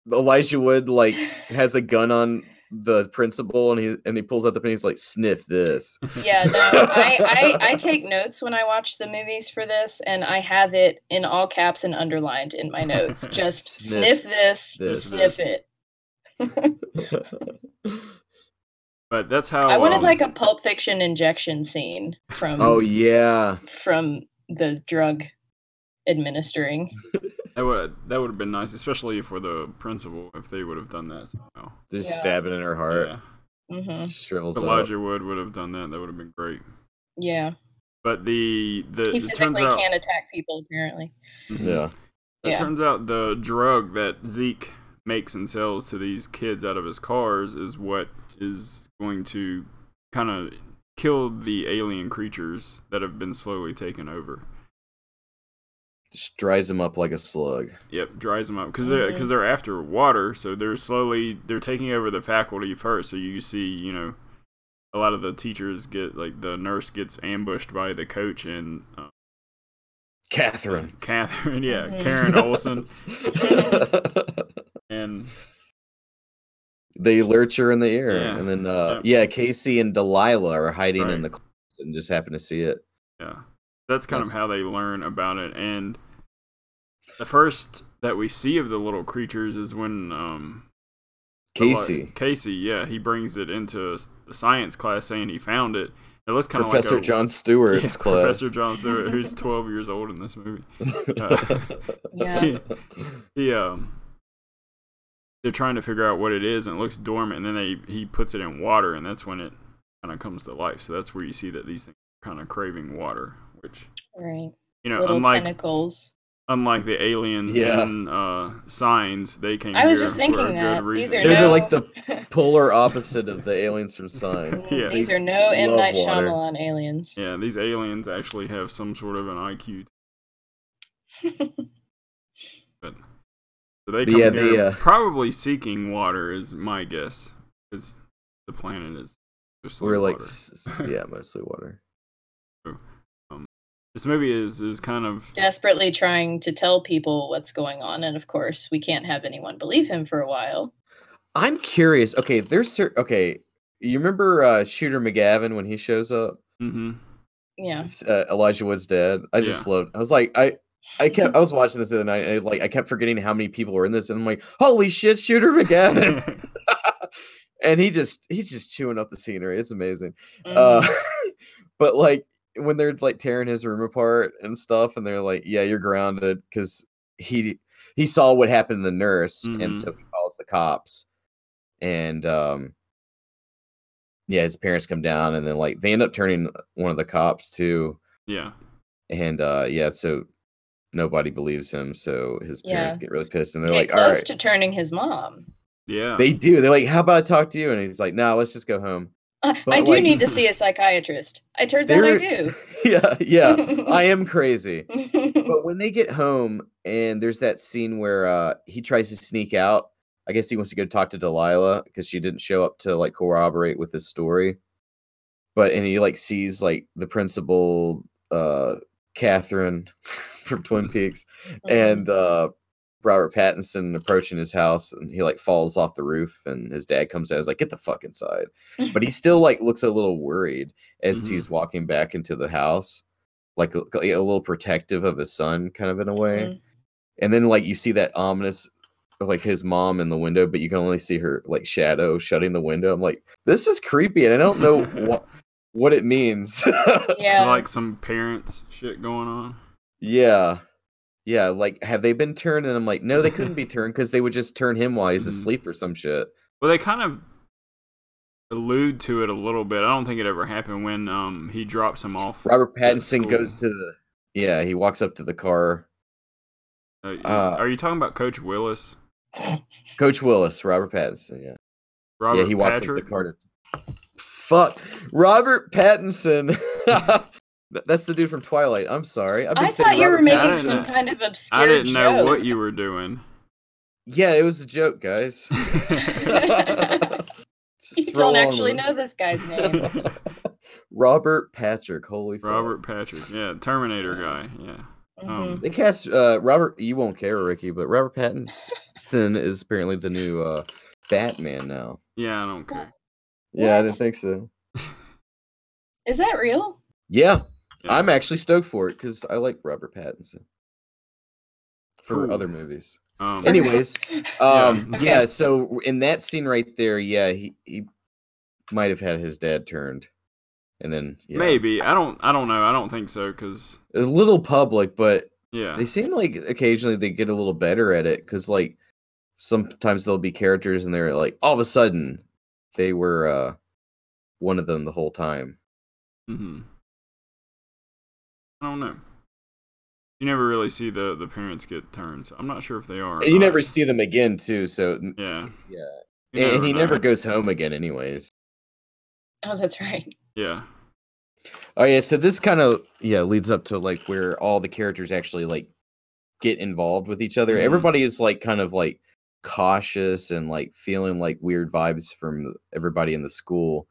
Speaker 1: Eli- Elijah Wood like has a gun on the principal and he and he pulls out the pen. He's like, "Sniff this."
Speaker 3: Yeah, no, I, I, I take notes when I watch the movies for this, and I have it in all caps and underlined in my notes. Just
Speaker 1: Sniff
Speaker 3: sniff, this,
Speaker 1: this.
Speaker 3: sniff it.
Speaker 2: but that's how
Speaker 3: I wanted
Speaker 2: um,
Speaker 3: like a Pulp Fiction injection scene from
Speaker 1: oh yeah,
Speaker 3: from the drug administering.
Speaker 2: that would that would have been nice, especially for the principal if they would have done that somehow.
Speaker 1: just
Speaker 3: Yeah.
Speaker 1: stabbing in her heart.
Speaker 2: Yeah.
Speaker 3: hmm
Speaker 1: Shrivels
Speaker 2: Elijah Wood would have done that. That would have been great.
Speaker 3: Yeah,
Speaker 2: But the the
Speaker 3: he
Speaker 2: it turns
Speaker 3: physically
Speaker 2: out
Speaker 3: can't attack people. Apparently,
Speaker 1: up.
Speaker 2: Mhm.
Speaker 1: Yeah,
Speaker 2: It
Speaker 3: Yeah.
Speaker 2: turns out the drug that Zeke makes and sells to these kids out of his cars is what is going to kind of kill the alien creatures that have been slowly taken over.
Speaker 1: just dries him up like a slug.
Speaker 2: Yep, dries them up because they're because they're after water, so they're slowly they're taking over the faculty first. So you see, you know, a lot of the teachers get like the nurse gets ambushed by the coach and uh,
Speaker 1: Catherine.
Speaker 2: Catherine, yeah,
Speaker 3: Mhm.
Speaker 2: Karen Olsen, and
Speaker 1: they lurch her in the ear,
Speaker 2: Yeah.
Speaker 1: and then uh, yeah, Casey and Delilah are hiding in
Speaker 2: Right.
Speaker 1: the closet and just happen to see it.
Speaker 2: Yeah. That's kind
Speaker 1: That's-
Speaker 2: of how they learn about it. And the first that we see of the little creatures is when um the li-
Speaker 1: Casey,
Speaker 2: Casey, yeah, he brings it into s- the science class saying he found it. It looks kind of like
Speaker 1: Professor
Speaker 2: a-
Speaker 1: John
Speaker 2: yeah,
Speaker 1: Stewart's class.
Speaker 2: Professor John Stewart, who's 12 years old in this movie. Uh,
Speaker 3: yeah,
Speaker 2: he, he, um they're trying to figure out what it is and it looks dormant and then they he puts it in water and that's when it kind of comes to life. So that's where you see that these things are kind of craving water, which
Speaker 3: right.
Speaker 2: you know,
Speaker 3: Little
Speaker 2: unlike
Speaker 3: tentacles.
Speaker 2: unlike the aliens
Speaker 1: Yeah.
Speaker 2: and uh, signs, they came.
Speaker 3: I was
Speaker 2: here
Speaker 3: just thinking
Speaker 2: for a
Speaker 3: that.
Speaker 2: good
Speaker 3: These
Speaker 2: reason.
Speaker 3: are
Speaker 1: They're the,
Speaker 3: no-
Speaker 1: like the polar opposite of the aliens from Signs.
Speaker 2: Yeah.
Speaker 3: These
Speaker 1: They
Speaker 3: are no M
Speaker 1: love
Speaker 3: Night
Speaker 1: water.
Speaker 3: Shyamalan aliens.
Speaker 2: yeah, these aliens actually have some sort of an IQ. but so they
Speaker 1: But
Speaker 2: come
Speaker 1: yeah,
Speaker 2: here
Speaker 1: they, uh,
Speaker 2: probably seeking water is my guess, because the planet is. mostly
Speaker 1: We're like,
Speaker 2: water.
Speaker 1: s- s- yeah, mostly water.
Speaker 2: this movie is is kind of
Speaker 3: desperately trying to tell people what's going on and of course we can't have anyone believe him for a while
Speaker 1: I'm curious. Okay, there's cer- okay. You remember uh, Shooter McGavin when he shows up?
Speaker 2: hmm
Speaker 3: yeah
Speaker 1: It's, Uh, Elijah Wood's dad. I just loved. I was like, I I kept I was watching this the other night and I, like I kept forgetting how many people were in this and I'm like, holy shit, Shooter McGavin. and he just he's just chewing up the scenery. It's amazing.
Speaker 3: Mm-hmm.
Speaker 1: Uh, but like when they're like tearing his room apart and stuff, and they're like, "Yeah, you're grounded," because he he saw what happened to the nurse, and
Speaker 3: Mm-hmm.
Speaker 2: Mhm.
Speaker 1: so he calls the cops, and um, yeah, his parents come down, and then like they end up turning one of the cops too,
Speaker 2: yeah.
Speaker 1: and uh, yeah, so nobody believes him, so his parents
Speaker 3: Yeah.
Speaker 1: get really pissed, and
Speaker 3: Get
Speaker 1: they're like, "All
Speaker 3: close
Speaker 1: right."
Speaker 3: to turning his mom.
Speaker 2: Yeah.
Speaker 1: They do. They're like, "How about I talk to you?" And he's like, "No, let's just go home."
Speaker 3: I, Uh, I
Speaker 1: But,
Speaker 3: do
Speaker 1: like-
Speaker 3: need to see a psychiatrist. I turns out I
Speaker 1: They're-
Speaker 3: do.
Speaker 1: yeah, yeah. I am crazy. But when they get home and there's that scene where uh he tries to sneak out. I guess he wants to go talk to Delilah because she didn't show up to like corroborate with his story. But and he like sees like the principal uh Catherine from Twin Peaks
Speaker 3: Mm-hmm.
Speaker 1: and uh Robert Pattinson approaching his house and he like falls off the roof and his dad comes out is like get the fuck inside. But he still like looks a little worried as
Speaker 2: Mhm.
Speaker 1: he's walking back into the house like a, a little protective of his son kind of in a way.
Speaker 3: Mhm.
Speaker 1: And then like you see that ominous of like his mom in the window but you can only see her like shadow shutting the window. I'm like this is creepy and I don't know what what it means.
Speaker 3: yeah.
Speaker 2: like some parents shit going on.
Speaker 1: Yeah. Yeah, like have they been turned? And I'm like, no, they couldn't be turned because they would just turn him while he's
Speaker 2: Mhm.
Speaker 1: asleep or some shit.
Speaker 2: Well, they kind of allude to it a little bit. I don't think it ever happened when um he drops him off.
Speaker 1: Robert
Speaker 2: at
Speaker 1: Pattinson goes to
Speaker 2: school.
Speaker 1: the yeah, he walks up to the car.
Speaker 2: Uh,
Speaker 1: uh,
Speaker 2: are you talking about Coach Willis?
Speaker 1: Coach Willis, Robert Pattinson, yeah.
Speaker 2: Robert
Speaker 1: yeah, he walks
Speaker 2: Patrick?
Speaker 1: up the car to Fuck. Robert Pattinson. Th- That's the dude from Twilight. I'm sorry. I've been
Speaker 3: I
Speaker 1: saying
Speaker 3: thought you were
Speaker 1: Robert
Speaker 2: Pat- I
Speaker 3: making
Speaker 2: didn't
Speaker 3: some
Speaker 2: know-
Speaker 3: kind of obscure.
Speaker 2: I didn't know
Speaker 3: joke.
Speaker 2: what you were doing.
Speaker 1: Pattinson. Yeah, it was a joke, guys.
Speaker 3: You
Speaker 1: Just
Speaker 3: don't
Speaker 1: roll on
Speaker 3: actually
Speaker 1: with
Speaker 3: know this guy's name.
Speaker 1: it. Robert Patrick. Holy fuck.
Speaker 2: Robert Patrick, yeah, Terminator guy, yeah. Oh, Um,
Speaker 3: Mhm.
Speaker 1: They cast uh, Robert. You won't care, Ricky, but Robert Pattinson is apparently the new uh, Batman now.
Speaker 2: Yeah, I don't care.
Speaker 1: Yeah, I didn't
Speaker 3: What?
Speaker 1: think so.
Speaker 3: Is that real?
Speaker 1: Yeah,
Speaker 2: Yeah.
Speaker 1: I'm actually stoked for it because I like Robert Pattinson for
Speaker 2: Cool.
Speaker 1: other movies.
Speaker 2: Um,
Speaker 3: Anyway.
Speaker 1: Anyways,
Speaker 2: Yeah.
Speaker 1: um, yeah.
Speaker 3: Okay.
Speaker 1: So in that scene right there, yeah, he, he might have had his dad turned, and then yeah.
Speaker 2: maybe I don't. I don't know. I don't think so because
Speaker 1: a little public, but
Speaker 2: yeah,
Speaker 1: They seem like occasionally they get a little better at it because like sometimes there'll be characters and they're like all of a sudden they were uh one of them the whole time.
Speaker 2: hmm I don't know. You never really see the the parents get turned. So I'm not sure if they are. or
Speaker 1: And you never
Speaker 2: not.
Speaker 1: see them again too, so n-
Speaker 2: Yeah.
Speaker 1: yeah.
Speaker 2: You
Speaker 1: And, and he
Speaker 2: know.
Speaker 1: never goes home again anyways.
Speaker 3: Oh, that's right.
Speaker 2: Yeah.
Speaker 1: Oh yeah, so this kind of yeah leads up to like where all the characters actually like get involved with each other.
Speaker 2: Mhm.
Speaker 1: Everybody is like kind of like cautious and like feeling like weird vibes from everybody in the school.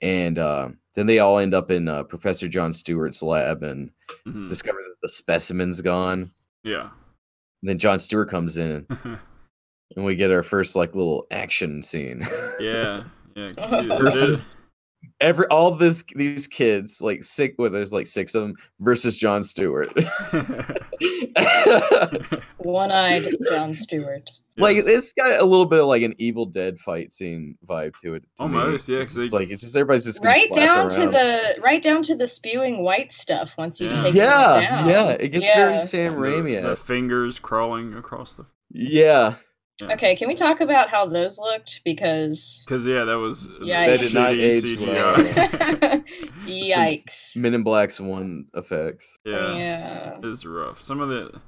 Speaker 1: And uh, then they all end up in uh, Professor John Stewart's lab and
Speaker 2: Mhm.
Speaker 1: discover that the specimen's gone. And
Speaker 2: Yeah.
Speaker 1: then John Stewart comes in and we get our first like little action scene.
Speaker 2: yeah. Yeah. 'cause he- it
Speaker 1: Versus-
Speaker 2: is-
Speaker 1: Every all this these kids like sick well, there's like six of them versus John Stewart.
Speaker 3: One-eyed John Stewart.
Speaker 1: Like
Speaker 2: Yes.
Speaker 1: it's got a little bit of like an Evil Dead fight scene vibe to it. to me.
Speaker 2: Almost, yeah,
Speaker 1: It's
Speaker 2: 'cause
Speaker 1: just
Speaker 2: they-
Speaker 1: like it's just everybody's just getting
Speaker 3: Right
Speaker 1: slapped
Speaker 3: down to
Speaker 1: around.
Speaker 3: the right down to the spewing white stuff. Once you've
Speaker 2: Yeah.
Speaker 3: taken it
Speaker 1: yeah,
Speaker 3: down.
Speaker 1: yeah. It gets very
Speaker 3: Yeah.
Speaker 1: Sam Raimi.
Speaker 2: the, the fingers crawling across the.
Speaker 1: yeah,
Speaker 2: Yeah.
Speaker 3: Okay, can we talk about how those looked? Because
Speaker 2: Because yeah, that was
Speaker 3: Yeah,
Speaker 1: That did not
Speaker 2: shitty
Speaker 1: age well.
Speaker 2: CGI.
Speaker 3: yikes.
Speaker 1: Men in Black's one effects.
Speaker 2: yeah.
Speaker 3: Oh, yeah.
Speaker 2: It's rough. Some of the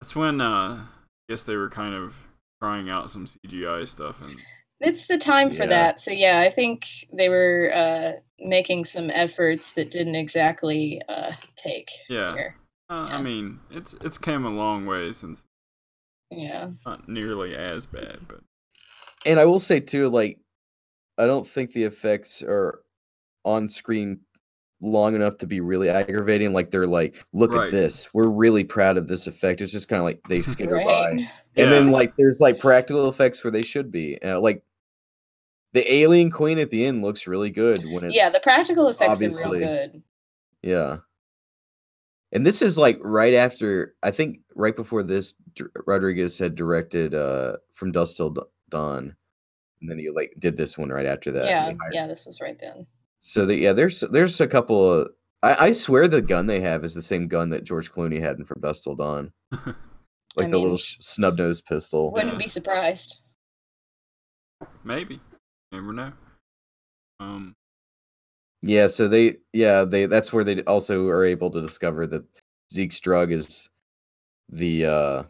Speaker 2: that's when uh I guess they were kind of trying out some CGI stuff and
Speaker 3: It's the time for
Speaker 1: Yeah.
Speaker 3: that. So yeah, I think they were uh, making some efforts that didn't exactly uh, take
Speaker 2: yeah.
Speaker 3: here.
Speaker 2: Uh,
Speaker 3: Yeah.
Speaker 2: I mean, it's it's came a long way since
Speaker 3: Yeah.
Speaker 2: not nearly as bad, but
Speaker 1: And I will say too, like I don't think the effects are on screen long enough to be really aggravating. Like they're like, look
Speaker 2: Right.
Speaker 1: at this. We're really proud of this effect. It's just kind of like they skitter by.
Speaker 3: Right.
Speaker 2: yeah.
Speaker 1: And then like there's like practical effects where they should be. Uh, like the alien queen at the end looks really good when it's
Speaker 3: Yeah, the practical effects
Speaker 1: obviously-
Speaker 3: are real good.
Speaker 1: yeah. And this is like right after I think right before this D- Rodriguez had directed uh From Dust Till Da- Dawn. And then he like did this one right after that. and
Speaker 3: yeah,
Speaker 1: they hired-
Speaker 3: yeah, this was right then.
Speaker 1: So the, yeah, there's there's a couple of I, I swear the gun they have is the same gun that George Clooney had in From Dust Till Dawn. Like the
Speaker 3: mean-
Speaker 1: little sh- snub nosed pistol.
Speaker 3: Wouldn't be surprised.
Speaker 2: Maybe. Never know. Um,
Speaker 1: Yeah, so they yeah, they that's where they also are able to discover that Zeke's drug is the uh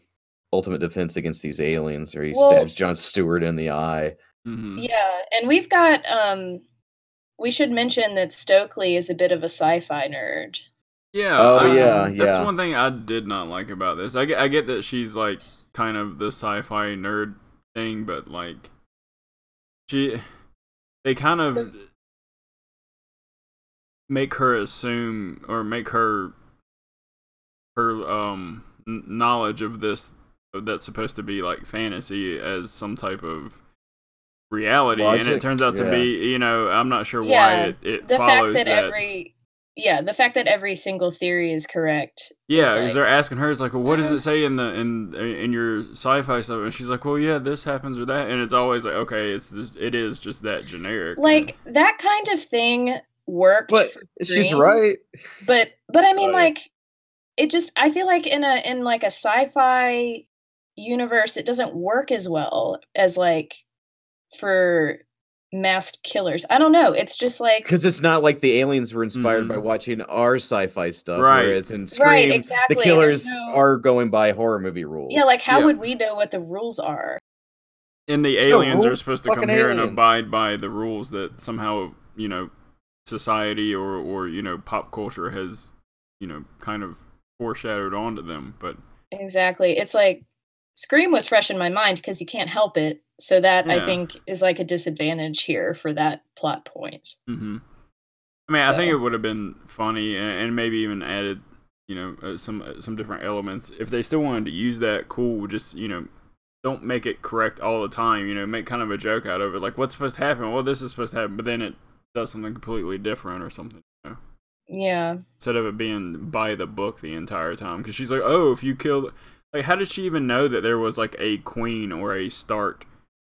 Speaker 1: ultimate defense against these aliens or he
Speaker 3: Well-
Speaker 1: stabs John Stewart in the eye. Mm.
Speaker 2: mhm.
Speaker 3: Yeah, and we've got um we should mention that Stokely is a bit of a sci-fi nerd.
Speaker 2: Yeah.
Speaker 1: Oh,
Speaker 2: I-
Speaker 1: yeah, yeah.
Speaker 2: That's one thing I did not like about this. I get, I get that she's like kind of the sci-fi nerd thing, but like she, they kind of make her assume or make her her um n- knowledge of this that's supposed to be like fantasy as some type of reality and
Speaker 1: Logic?
Speaker 2: it turns out to
Speaker 1: Yeah.
Speaker 2: be you know i'm not sure why
Speaker 3: Yeah,
Speaker 2: it, it
Speaker 3: The fact
Speaker 2: follows
Speaker 3: that,
Speaker 2: that
Speaker 3: every yeah, the fact that every single theory is correct.
Speaker 2: Yeah,
Speaker 3: It's
Speaker 2: because they're asking her, it's like, well, what does it say in the in in your sci-fi stuff? And she's like, well, yeah, this happens or that, and it's always like, okay, it's this, it is just that generic.
Speaker 3: Like that kind of thing worked
Speaker 1: Mm-hmm. But
Speaker 3: for
Speaker 1: she's
Speaker 3: Green,
Speaker 1: right.
Speaker 3: but but I mean
Speaker 1: Right.
Speaker 3: like it just I feel like in a in like a sci-fi universe it doesn't work as well as like for masked killers. I don't know. It's just like
Speaker 1: Because it's not like the aliens were inspired by
Speaker 2: Mhm.
Speaker 1: watching our sci-fi stuff,
Speaker 2: Right.
Speaker 1: whereas in Scream,
Speaker 3: Right,
Speaker 1: the
Speaker 3: exactly, there's
Speaker 1: killers
Speaker 3: no-
Speaker 1: are going by horror movie rules.
Speaker 3: Yeah, like how
Speaker 2: Yeah.
Speaker 3: would we know what the rules are?
Speaker 2: and the
Speaker 1: It's no
Speaker 2: aliens are
Speaker 1: rules,
Speaker 2: supposed to come
Speaker 1: fucking
Speaker 2: here and
Speaker 1: aliens.
Speaker 2: abide by the rules that somehow you know society or or you know pop culture has you know kind of foreshadowed onto them. But
Speaker 3: Exactly. It's like Scream was fresh in my mind because you can't help it. So that I
Speaker 2: Yeah.
Speaker 3: think is like a disadvantage here for that plot point.
Speaker 2: hmm I mean, I think
Speaker 3: So-
Speaker 2: it would have been funny and, and maybe even added, you know, uh, some uh, some different elements. If they still wanted to use that, cool. Just you know, don't make it correct all the time. You know, make kind of a joke out of it, like what's supposed to happen. Well, this is supposed to happen, but then it does something completely different or something. You know?
Speaker 3: Yeah.
Speaker 2: Instead of it being by the book the entire time, because she's like, oh, if you killed, like, how did she even know that there was like a queen or a Stark?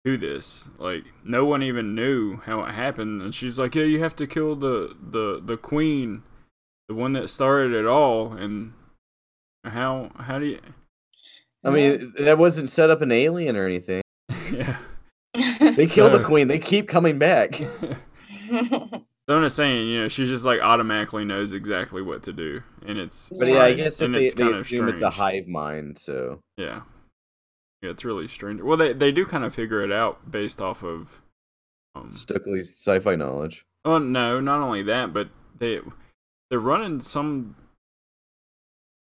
Speaker 2: do this. Like no one even knew how it happened, and she's like, "Yeah, you have to kill the the the queen, the one that started it all." And how how do you?
Speaker 1: I mean, that wasn't set up an alien or anything.
Speaker 2: yeah.
Speaker 1: They kill the
Speaker 2: So-
Speaker 1: queen. They keep coming back.
Speaker 2: So I'm just saying, you know, she just like automatically knows exactly what to do, and it's
Speaker 1: But yeah, I
Speaker 2: Right,
Speaker 1: guess if
Speaker 2: and
Speaker 1: they,
Speaker 2: it's
Speaker 1: they
Speaker 2: kind of
Speaker 1: assume it's a
Speaker 2: strange.
Speaker 1: hive mind, so
Speaker 2: yeah, yeah, it's really strange. Well, they they do kind of figure it out based off of um,
Speaker 1: Stokely's sci-fi knowledge.
Speaker 2: Oh no! Not only that, but they they're running some.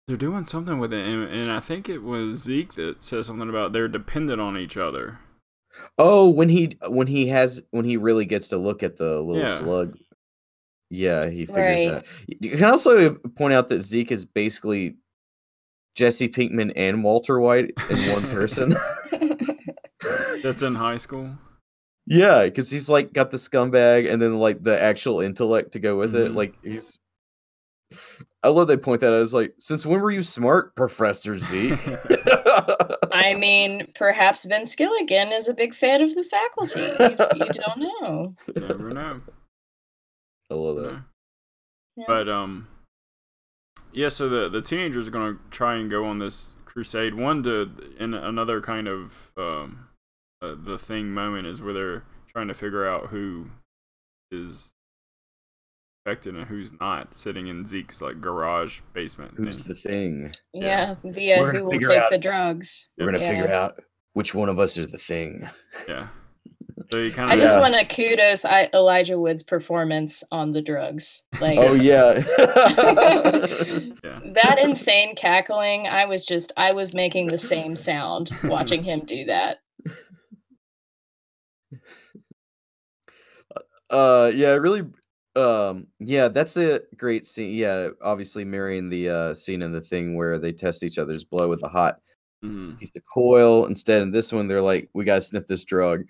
Speaker 2: They're doing something with it, and, and I think it was Zeke that says something about they're dependent on each other.
Speaker 1: Oh, when he when he has when he really gets to look at the little
Speaker 2: Yeah.
Speaker 1: slug. Yeah, he figures
Speaker 3: Right.
Speaker 1: that. Y- You can also point out that Zeke is basically Jesse Pinkman and Walter White in one person.
Speaker 2: That's in high school.
Speaker 1: yeah, because he's like got the scumbag and then like the actual intellect to go with it.
Speaker 2: Mhm.
Speaker 1: Like he's. I love they point that out. It's like, since when were you smart, Professor Zeke?
Speaker 3: I mean, perhaps Vince Gilligan is a big fan of the faculty. You, you don't know.
Speaker 2: Never know.
Speaker 1: I love that.
Speaker 2: No.
Speaker 3: Yeah.
Speaker 2: But um, yeah. So the the teenagers are gonna try and go on this crusade. One to in another kind of um, uh, the thing moment is where they're trying to figure out who is infected and who's not, sitting in Zeke's like garage basement.
Speaker 1: Who's
Speaker 2: thing.
Speaker 1: the thing?
Speaker 3: yeah,
Speaker 2: yeah.
Speaker 3: via
Speaker 1: We're gonna
Speaker 3: who will
Speaker 1: figure
Speaker 3: take
Speaker 1: out-
Speaker 3: the drugs.
Speaker 1: We're gonna
Speaker 3: Yeah.
Speaker 1: figure out which one of us is the thing.
Speaker 2: yeah. So you kind
Speaker 3: I
Speaker 2: of
Speaker 3: just
Speaker 1: Yeah.
Speaker 3: want to kudos I, Elijah Wood's performance on the drugs. Like,
Speaker 1: Oh yeah.
Speaker 2: yeah.
Speaker 3: that insane cackling i was just i was making the same sound watching him do that
Speaker 1: uh yeah, really um yeah, that's a great scene. Yeah, obviously mirroring the uh scene in the thing where they test each other's blow with a hot
Speaker 2: Mhm.
Speaker 1: piece of coil. Instead in this one they're like, We gotta sniff this drug.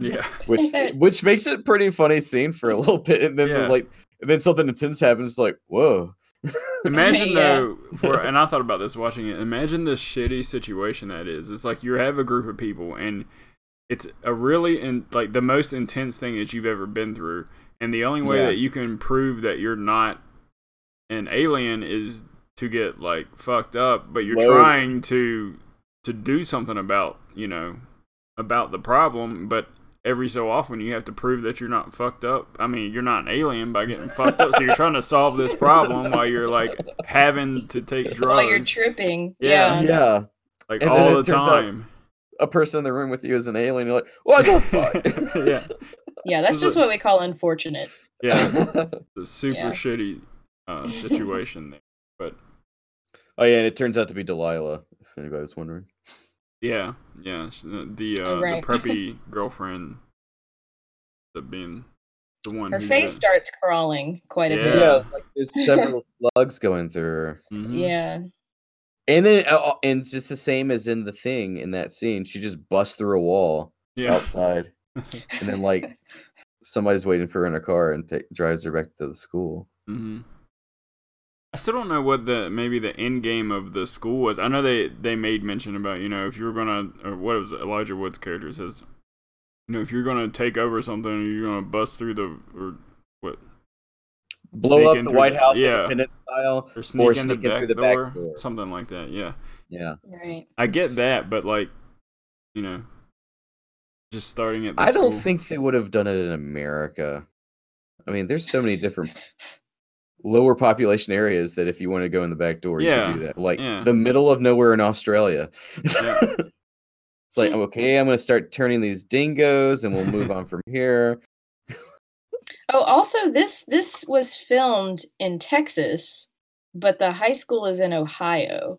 Speaker 2: Yeah.
Speaker 1: which
Speaker 3: Sniff it.
Speaker 1: which makes it a pretty funny scene for a little bit and then they're
Speaker 2: Yeah.
Speaker 1: like and then something intense happens like, whoa.
Speaker 2: Imagine
Speaker 3: Yeah.
Speaker 2: though, for and I thought about this watching it. Imagine the shitty situation that is. It's like you have a group of people, and it's a really and like the most intense thing that you've ever been through. And the only way
Speaker 1: Yeah.
Speaker 2: that you can prove that you're not an alien is to get like fucked up, but you're
Speaker 1: Loaded.
Speaker 2: trying to to do something about you know about the problem, but. Every so often, you have to prove that you're not fucked up. I mean, you're not an alien by getting fucked up. So you're trying to solve this problem while you're like having to take drugs,
Speaker 3: While you're tripping.
Speaker 2: Yeah.
Speaker 3: Yeah.
Speaker 1: yeah.
Speaker 2: like
Speaker 1: and then
Speaker 2: all
Speaker 1: it
Speaker 2: the
Speaker 1: turns out-
Speaker 2: time.
Speaker 1: A person in the room with you is an alien. You're like, what the fuck?
Speaker 2: yeah,
Speaker 3: Yeah, that's just what we call unfortunate.
Speaker 2: yeah, the super
Speaker 3: Yeah.
Speaker 2: shitty uh, situation there. But
Speaker 1: oh yeah, and it turns out to be Delilah. If anybody was wondering.
Speaker 2: yeah, yeah, s- the uh,
Speaker 3: Oh, right.
Speaker 2: the preppy girlfriend, the being the one
Speaker 3: Her
Speaker 2: who's
Speaker 3: face
Speaker 2: a-
Speaker 3: starts crawling quite a
Speaker 2: Yeah.
Speaker 1: Yeah,
Speaker 3: bit.
Speaker 1: like there's several slugs going through her.
Speaker 2: Mhm.
Speaker 3: Yeah.
Speaker 1: And then, uh, uh, and it's just the same as in the thing in that scene. She just busts through a wall
Speaker 2: yeah,
Speaker 1: outside, and then like somebody's waiting for her in a car and ta- drives her back to the school.
Speaker 2: hmm I still don't know what the maybe the end game of the school was. I know they they made mention about you know if you were gonna or what was it, Elijah Wood's character says, you know if you're gonna take over something or you're gonna bust through the or what
Speaker 1: Blow
Speaker 2: Sneak in
Speaker 1: up the
Speaker 2: through
Speaker 1: White
Speaker 2: the-
Speaker 1: House,
Speaker 2: yeah.
Speaker 1: independent style.
Speaker 2: or sneak, in the
Speaker 1: sneak in
Speaker 2: back,
Speaker 1: through the back
Speaker 2: door,
Speaker 1: door.
Speaker 2: something like that. Yeah,
Speaker 1: Yeah,
Speaker 3: Right.
Speaker 2: I get that, but like you know, just starting at the
Speaker 1: I don't
Speaker 2: school.
Speaker 1: think they would have done it in America. I mean, there's so many different lower population areas that if you want to go in the back door, you
Speaker 2: Yeah,
Speaker 1: can do that. Like
Speaker 2: yeah.
Speaker 1: the middle of nowhere in Australia.
Speaker 2: Yeah.
Speaker 1: It's like,
Speaker 3: Mm.
Speaker 1: okay, I'm going to start turning these dingoes and we'll move on from here.
Speaker 3: Oh, also this this was filmed in Texas, but the high school is in Ohio.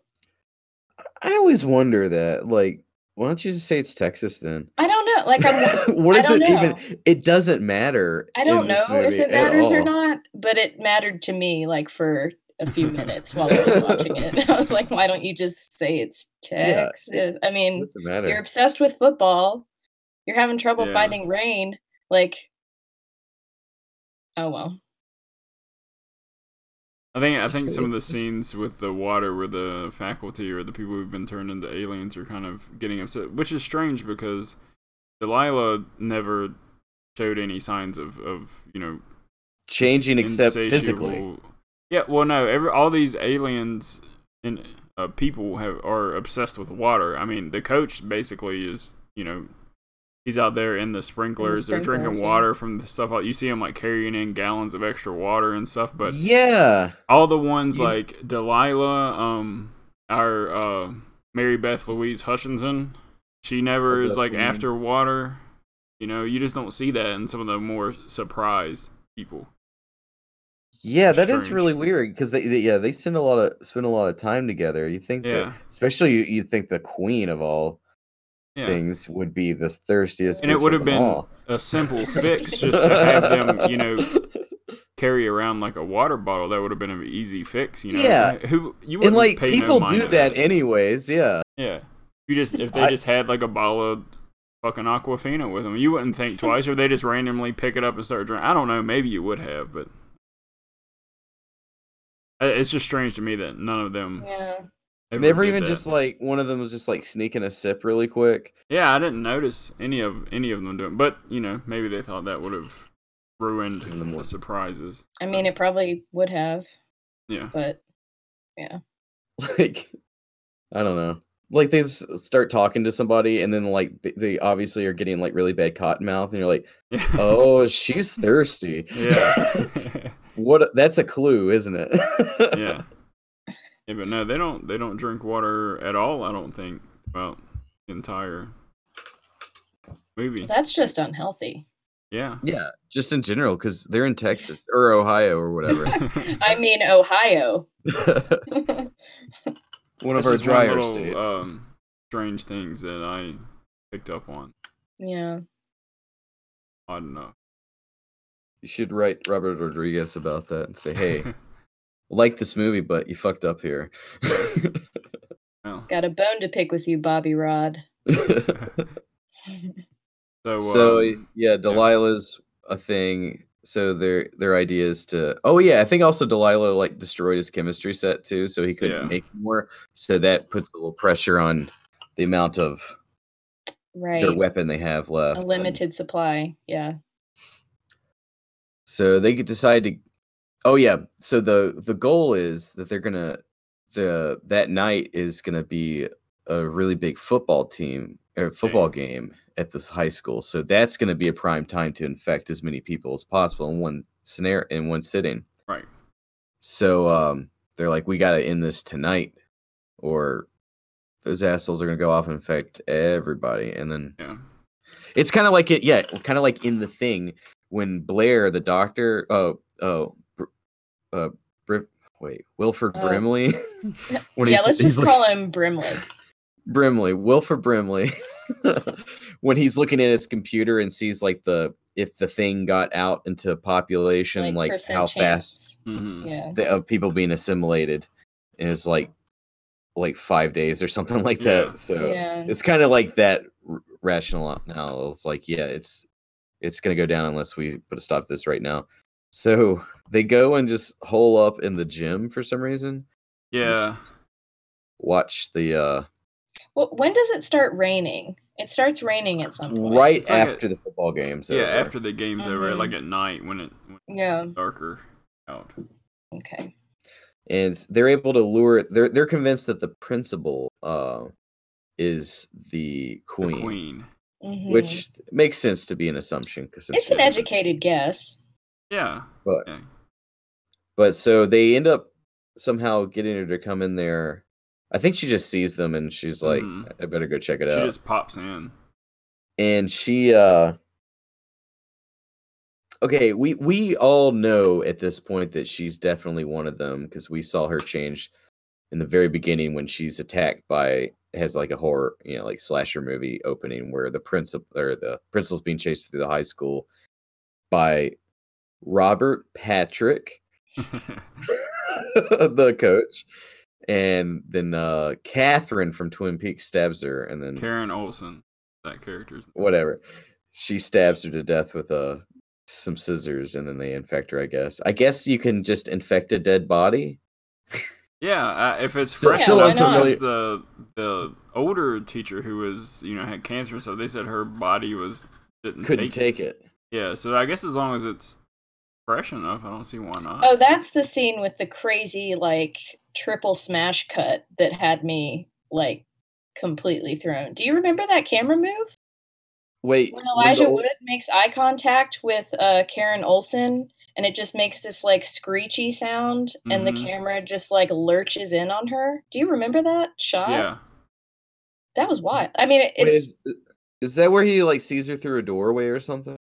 Speaker 1: I always wonder that. Like, why don't you just say it's Texas then?
Speaker 3: I don't know. Like I'm
Speaker 1: what
Speaker 3: I
Speaker 1: is it
Speaker 3: don't
Speaker 1: even? It doesn't matter.
Speaker 3: I don't
Speaker 1: in
Speaker 3: know
Speaker 1: this
Speaker 3: if
Speaker 1: movie at
Speaker 3: it matters or
Speaker 1: all.
Speaker 3: not, but it mattered to me like for a few minutes while I was watching it. I was like, why don't you just say it's
Speaker 1: Yeah.
Speaker 3: Texas? I
Speaker 1: It
Speaker 3: mean,
Speaker 1: doesn't matter.
Speaker 3: you're obsessed with football. You're having trouble
Speaker 2: Yeah.
Speaker 3: finding rain. Like, oh well.
Speaker 2: I think I
Speaker 1: Just
Speaker 2: think
Speaker 1: say
Speaker 2: some of
Speaker 1: it.
Speaker 2: the
Speaker 1: Just-
Speaker 2: scenes with the water where the faculty or the people who've been turned into aliens are kind of getting upset, which is strange because Delilah never showed any signs of, of you know
Speaker 1: Changing except physically.
Speaker 2: insatiable- Yeah, well no, every all these aliens and uh, people have are obsessed with water. I mean, the coach basically is, you know, he's out there in the sprinklers, they're
Speaker 3: sprinklers,
Speaker 2: drinking
Speaker 3: yeah.
Speaker 2: water from the stuff out. You see him like carrying in gallons of extra water and stuff, but
Speaker 1: yeah.
Speaker 2: all the ones
Speaker 1: You-
Speaker 2: like Delilah, um, our uh, Mary Beth Louise Hutchinson, she never
Speaker 1: Mary
Speaker 2: is
Speaker 1: Beth
Speaker 2: like
Speaker 1: Louise.
Speaker 2: after water. You know, you just don't see that in some of the more surprise people.
Speaker 1: Yeah, that is
Speaker 2: strange.
Speaker 1: really weird because they, they yeah they spend a lot of spend a lot of time together. You think
Speaker 2: Yeah.
Speaker 1: that especially you you think the queen of all
Speaker 2: Yeah,
Speaker 1: things would be the thirstiest,
Speaker 2: and it
Speaker 1: bitch
Speaker 2: would
Speaker 1: of
Speaker 2: have
Speaker 1: them
Speaker 2: been
Speaker 1: all.
Speaker 2: a simple fix just to have them, you know, carry around like a water bottle. That would have been an easy fix. You know,
Speaker 1: Yeah.
Speaker 2: who you
Speaker 1: and
Speaker 2: wouldn't
Speaker 1: like
Speaker 2: pay
Speaker 1: people
Speaker 2: no mind
Speaker 1: do
Speaker 2: to
Speaker 1: that, anyways. Yeah,
Speaker 2: Yeah. You just if they
Speaker 1: I-
Speaker 2: just had like a bottle of fucking Aquafina with them, you wouldn't think twice, or they just randomly pick it up and start drinking. I don't know. Maybe you would have, but I- it's just strange to me that none of
Speaker 1: Mm.
Speaker 2: them
Speaker 3: Yeah.
Speaker 2: ever
Speaker 1: never
Speaker 2: did
Speaker 1: even
Speaker 2: that.
Speaker 1: just like one of them was just like sneaking a sip really quick.
Speaker 2: yeah. I didn't notice any of any of them doing, but you know, maybe they thought that would have ruined
Speaker 1: Give them
Speaker 2: the
Speaker 1: one.
Speaker 2: surprises.
Speaker 3: I mean, it probably would have,
Speaker 2: Yeah,
Speaker 3: but
Speaker 1: Like I don't know. Like they s- start talking to somebody, and then like they, they obviously are getting like really bad cotton mouth, and you're like, "Oh, she's thirsty."
Speaker 2: yeah,
Speaker 1: what? a- That's a clue, isn't it?
Speaker 2: yeah. Yeah, but no, they don't. They don't drink water at all. I don't think throughout the entire movie.
Speaker 3: that's just unhealthy.
Speaker 2: Yeah.
Speaker 1: Yeah, just in general, because they're in Texas or Ohio or whatever.
Speaker 3: I mean, Ohio.
Speaker 1: one of
Speaker 2: This
Speaker 1: our
Speaker 2: is one
Speaker 1: drier
Speaker 2: little,
Speaker 1: states.
Speaker 2: Um, strange things that I picked up on.
Speaker 3: yeah.
Speaker 2: Odd enough.
Speaker 1: you should write Robert Rodriguez about that and say, "Hey, like this movie, but you fucked up here."
Speaker 2: Well,
Speaker 3: Got a bone to pick with you, Bobby Rod.
Speaker 2: so,
Speaker 1: so
Speaker 2: um,
Speaker 1: yeah, Delilah's a thing. so their their idea is to oh yeah i think also delilah like destroyed his chemistry set too so he couldn't
Speaker 2: Yeah.
Speaker 1: make more so that puts a little pressure on the amount of
Speaker 3: Right.
Speaker 1: their weapon they have left
Speaker 3: A
Speaker 1: and
Speaker 3: limited supply. Yeah.
Speaker 1: so they could decide to oh yeah so the the goal is that they're gonna the that night is gonna be a really big football team or football game at this high school so that's gonna be a prime time to infect as many people as possible in one scenario in one sitting
Speaker 2: Right.
Speaker 1: so um, they're like, we got to end this tonight, or those assholes are gonna go off and infect everybody. And then
Speaker 2: Yeah.
Speaker 1: it's kind of like it, yeah, kind of like in the thing when Blair, the doctor, oh, oh, Br- uh, Br- wait, Wilford
Speaker 3: Oh.
Speaker 1: Brimley. when
Speaker 3: yeah,
Speaker 1: he's-
Speaker 3: let's
Speaker 1: he's
Speaker 3: just
Speaker 1: like-
Speaker 3: call him Brimley.
Speaker 1: Brimley, Wilford Brimley, when he's looking at his computer and sees like the if the thing got out into population, like,
Speaker 3: percent
Speaker 1: how fast
Speaker 3: chance.
Speaker 2: hmm
Speaker 3: Yeah.
Speaker 1: the, of people being assimilated and it's like like five days or something like
Speaker 2: Yeah.
Speaker 1: that so
Speaker 3: Yeah.
Speaker 1: it's kind of like that r- rational now it's like yeah it's it's gonna go down unless we put a stop to this right now so they go and just hole up in the gym for some reason
Speaker 2: Yeah.
Speaker 1: watch the uh
Speaker 3: Well, when does it start raining? It starts raining at some point.
Speaker 1: right
Speaker 2: It's like a-
Speaker 1: after the football games
Speaker 2: Yeah. After the game's over,
Speaker 3: Mhm.
Speaker 2: like at night when it when
Speaker 3: Yeah.
Speaker 2: it's darker out.
Speaker 3: Okay.
Speaker 1: and s- they're able to lure they're they're convinced that the principal uh is
Speaker 2: The queen.
Speaker 3: Mhm.
Speaker 1: which makes sense to be an assumption because
Speaker 3: it's an educated guess.
Speaker 2: Yeah.
Speaker 1: But
Speaker 2: Okay.
Speaker 1: but so they end up somehow getting her to come in there. I think she just sees them and she's like,
Speaker 2: Mhm.
Speaker 1: "I better go check it
Speaker 2: She
Speaker 1: out."
Speaker 2: just pops in.
Speaker 1: And she, uh, okay, we we all know at this point that she's definitely one of them because we saw her change in the very beginning when she's attacked by has like a horror, you know, like slasher movie opening where the principal or the principal's being chased through the high school by Robert Patrick. the coach. And then uh Catherine from Twin Peaks stabs her and then
Speaker 2: Karen Olsen, that character's.
Speaker 1: whatever. She stabs her to death with uh some scissors and then they infect her, I guess. I guess you can just infect a dead body.
Speaker 2: Yeah, uh, if it's
Speaker 1: Still-
Speaker 2: still,
Speaker 3: still
Speaker 1: unfamiliar-
Speaker 2: the the older teacher who was you know had cancer, so they said her body was didn't
Speaker 1: Couldn't
Speaker 2: take.
Speaker 1: take it.
Speaker 2: Yeah, so I guess as long as it's fresh enough, I don't see why not.
Speaker 3: Oh, that's the scene with the crazy like triple smash cut that had me like completely thrown. Do you remember that camera move
Speaker 1: Wait.
Speaker 3: when
Speaker 1: the
Speaker 3: Elijah
Speaker 1: ol-
Speaker 3: Wood makes eye contact with uh, Karen Olsen? And it just makes this like screechy sound, and the
Speaker 1: Mm-hmm.
Speaker 2: Mhm.
Speaker 3: camera just like lurches in on her. Do you remember that shot?
Speaker 2: yeah,
Speaker 3: That was wild. I mean, it-
Speaker 1: wait,
Speaker 3: it's
Speaker 1: is, is that where he like sees her through a doorway or something?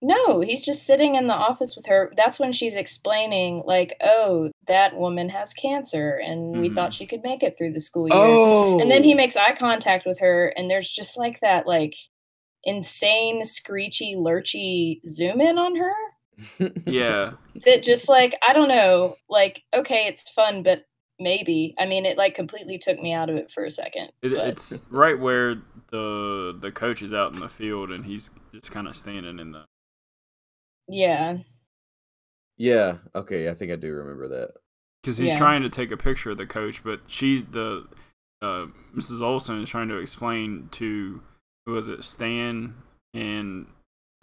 Speaker 3: No, he's just sitting in the office with her. That's when she's explaining, like, oh, that woman has cancer and we thought she could make it through the school year.
Speaker 1: Mm-hmm. Oh
Speaker 3: And then he makes eye contact with her, and there's just like that, like, insane, screechy, lurchy zoom in on her
Speaker 1: Oh!
Speaker 2: yeah,
Speaker 3: that just, like, I don't know, like, okay, it's fun, but maybe. I mean, it, like, completely took me out of it for a second.
Speaker 2: it,
Speaker 3: but-
Speaker 2: it's right where the the coach is out in the field and he's just kind of standing in the.
Speaker 3: yeah.
Speaker 1: Yeah, okay, I think I do remember that.
Speaker 2: because he's
Speaker 3: Yeah.
Speaker 2: trying to take a picture of the coach, but she's the uh, Mrs. Olson is trying to explain to who was it Stan and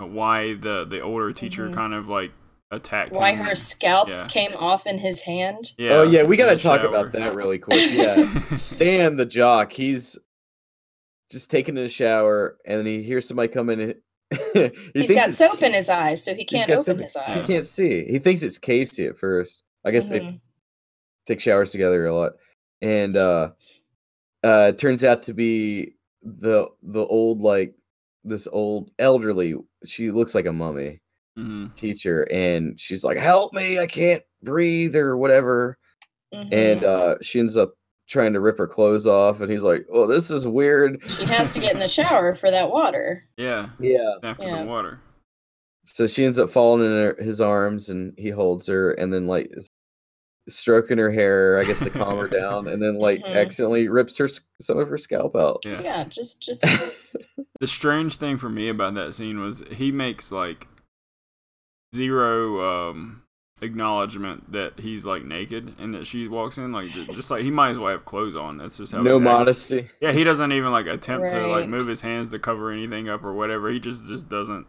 Speaker 2: uh, why the the older teacher
Speaker 3: Mhm.
Speaker 2: kind of like attacked
Speaker 3: Why
Speaker 2: him.
Speaker 3: her scalp
Speaker 2: yeah.
Speaker 3: came off in his hand.
Speaker 2: yeah,
Speaker 1: oh yeah, we
Speaker 2: in the
Speaker 1: gotta talk about
Speaker 2: shower.
Speaker 1: that really quick. Yeah. Stan the jock, he's just taking a shower and he hears somebody come in. And he
Speaker 3: He's got soap in his eyes, so he can't open his
Speaker 1: He
Speaker 3: eyes.
Speaker 1: can't see. He thinks it's Casey at first. I guess they
Speaker 3: Mhm.
Speaker 1: take showers together a lot. And uh uh it turns out to be the the old like this old elderly she looks like a mummy
Speaker 2: Mhm.
Speaker 1: teacher and she's like help me i can't breathe or whatever and
Speaker 3: Mhm.
Speaker 1: uh, she ends up trying to rip her clothes off, and he's like, "Oh, this is weird."
Speaker 3: she has to get in the shower for that water.
Speaker 2: Yeah,
Speaker 1: Yeah.
Speaker 2: after
Speaker 3: Yeah.
Speaker 2: the water.
Speaker 1: So she ends up falling in her, his arms, and he holds her, and then like s- stroking her hair, I guess, to calm her down, and then like
Speaker 3: Mhm.
Speaker 1: accidentally rips her s- some of her scalp out.
Speaker 2: Yeah.
Speaker 3: Yeah, just just
Speaker 2: The strange thing for me about that scene was he makes like zero um, acknowledgement that he's like naked and that she walks in like ju- just like he might as well have clothes on. That's just how
Speaker 1: No
Speaker 2: it's acting.
Speaker 1: modesty.
Speaker 2: Yeah, he doesn't even like attempt to like
Speaker 3: Right.
Speaker 2: move his hands to cover anything up or whatever. He just just doesn't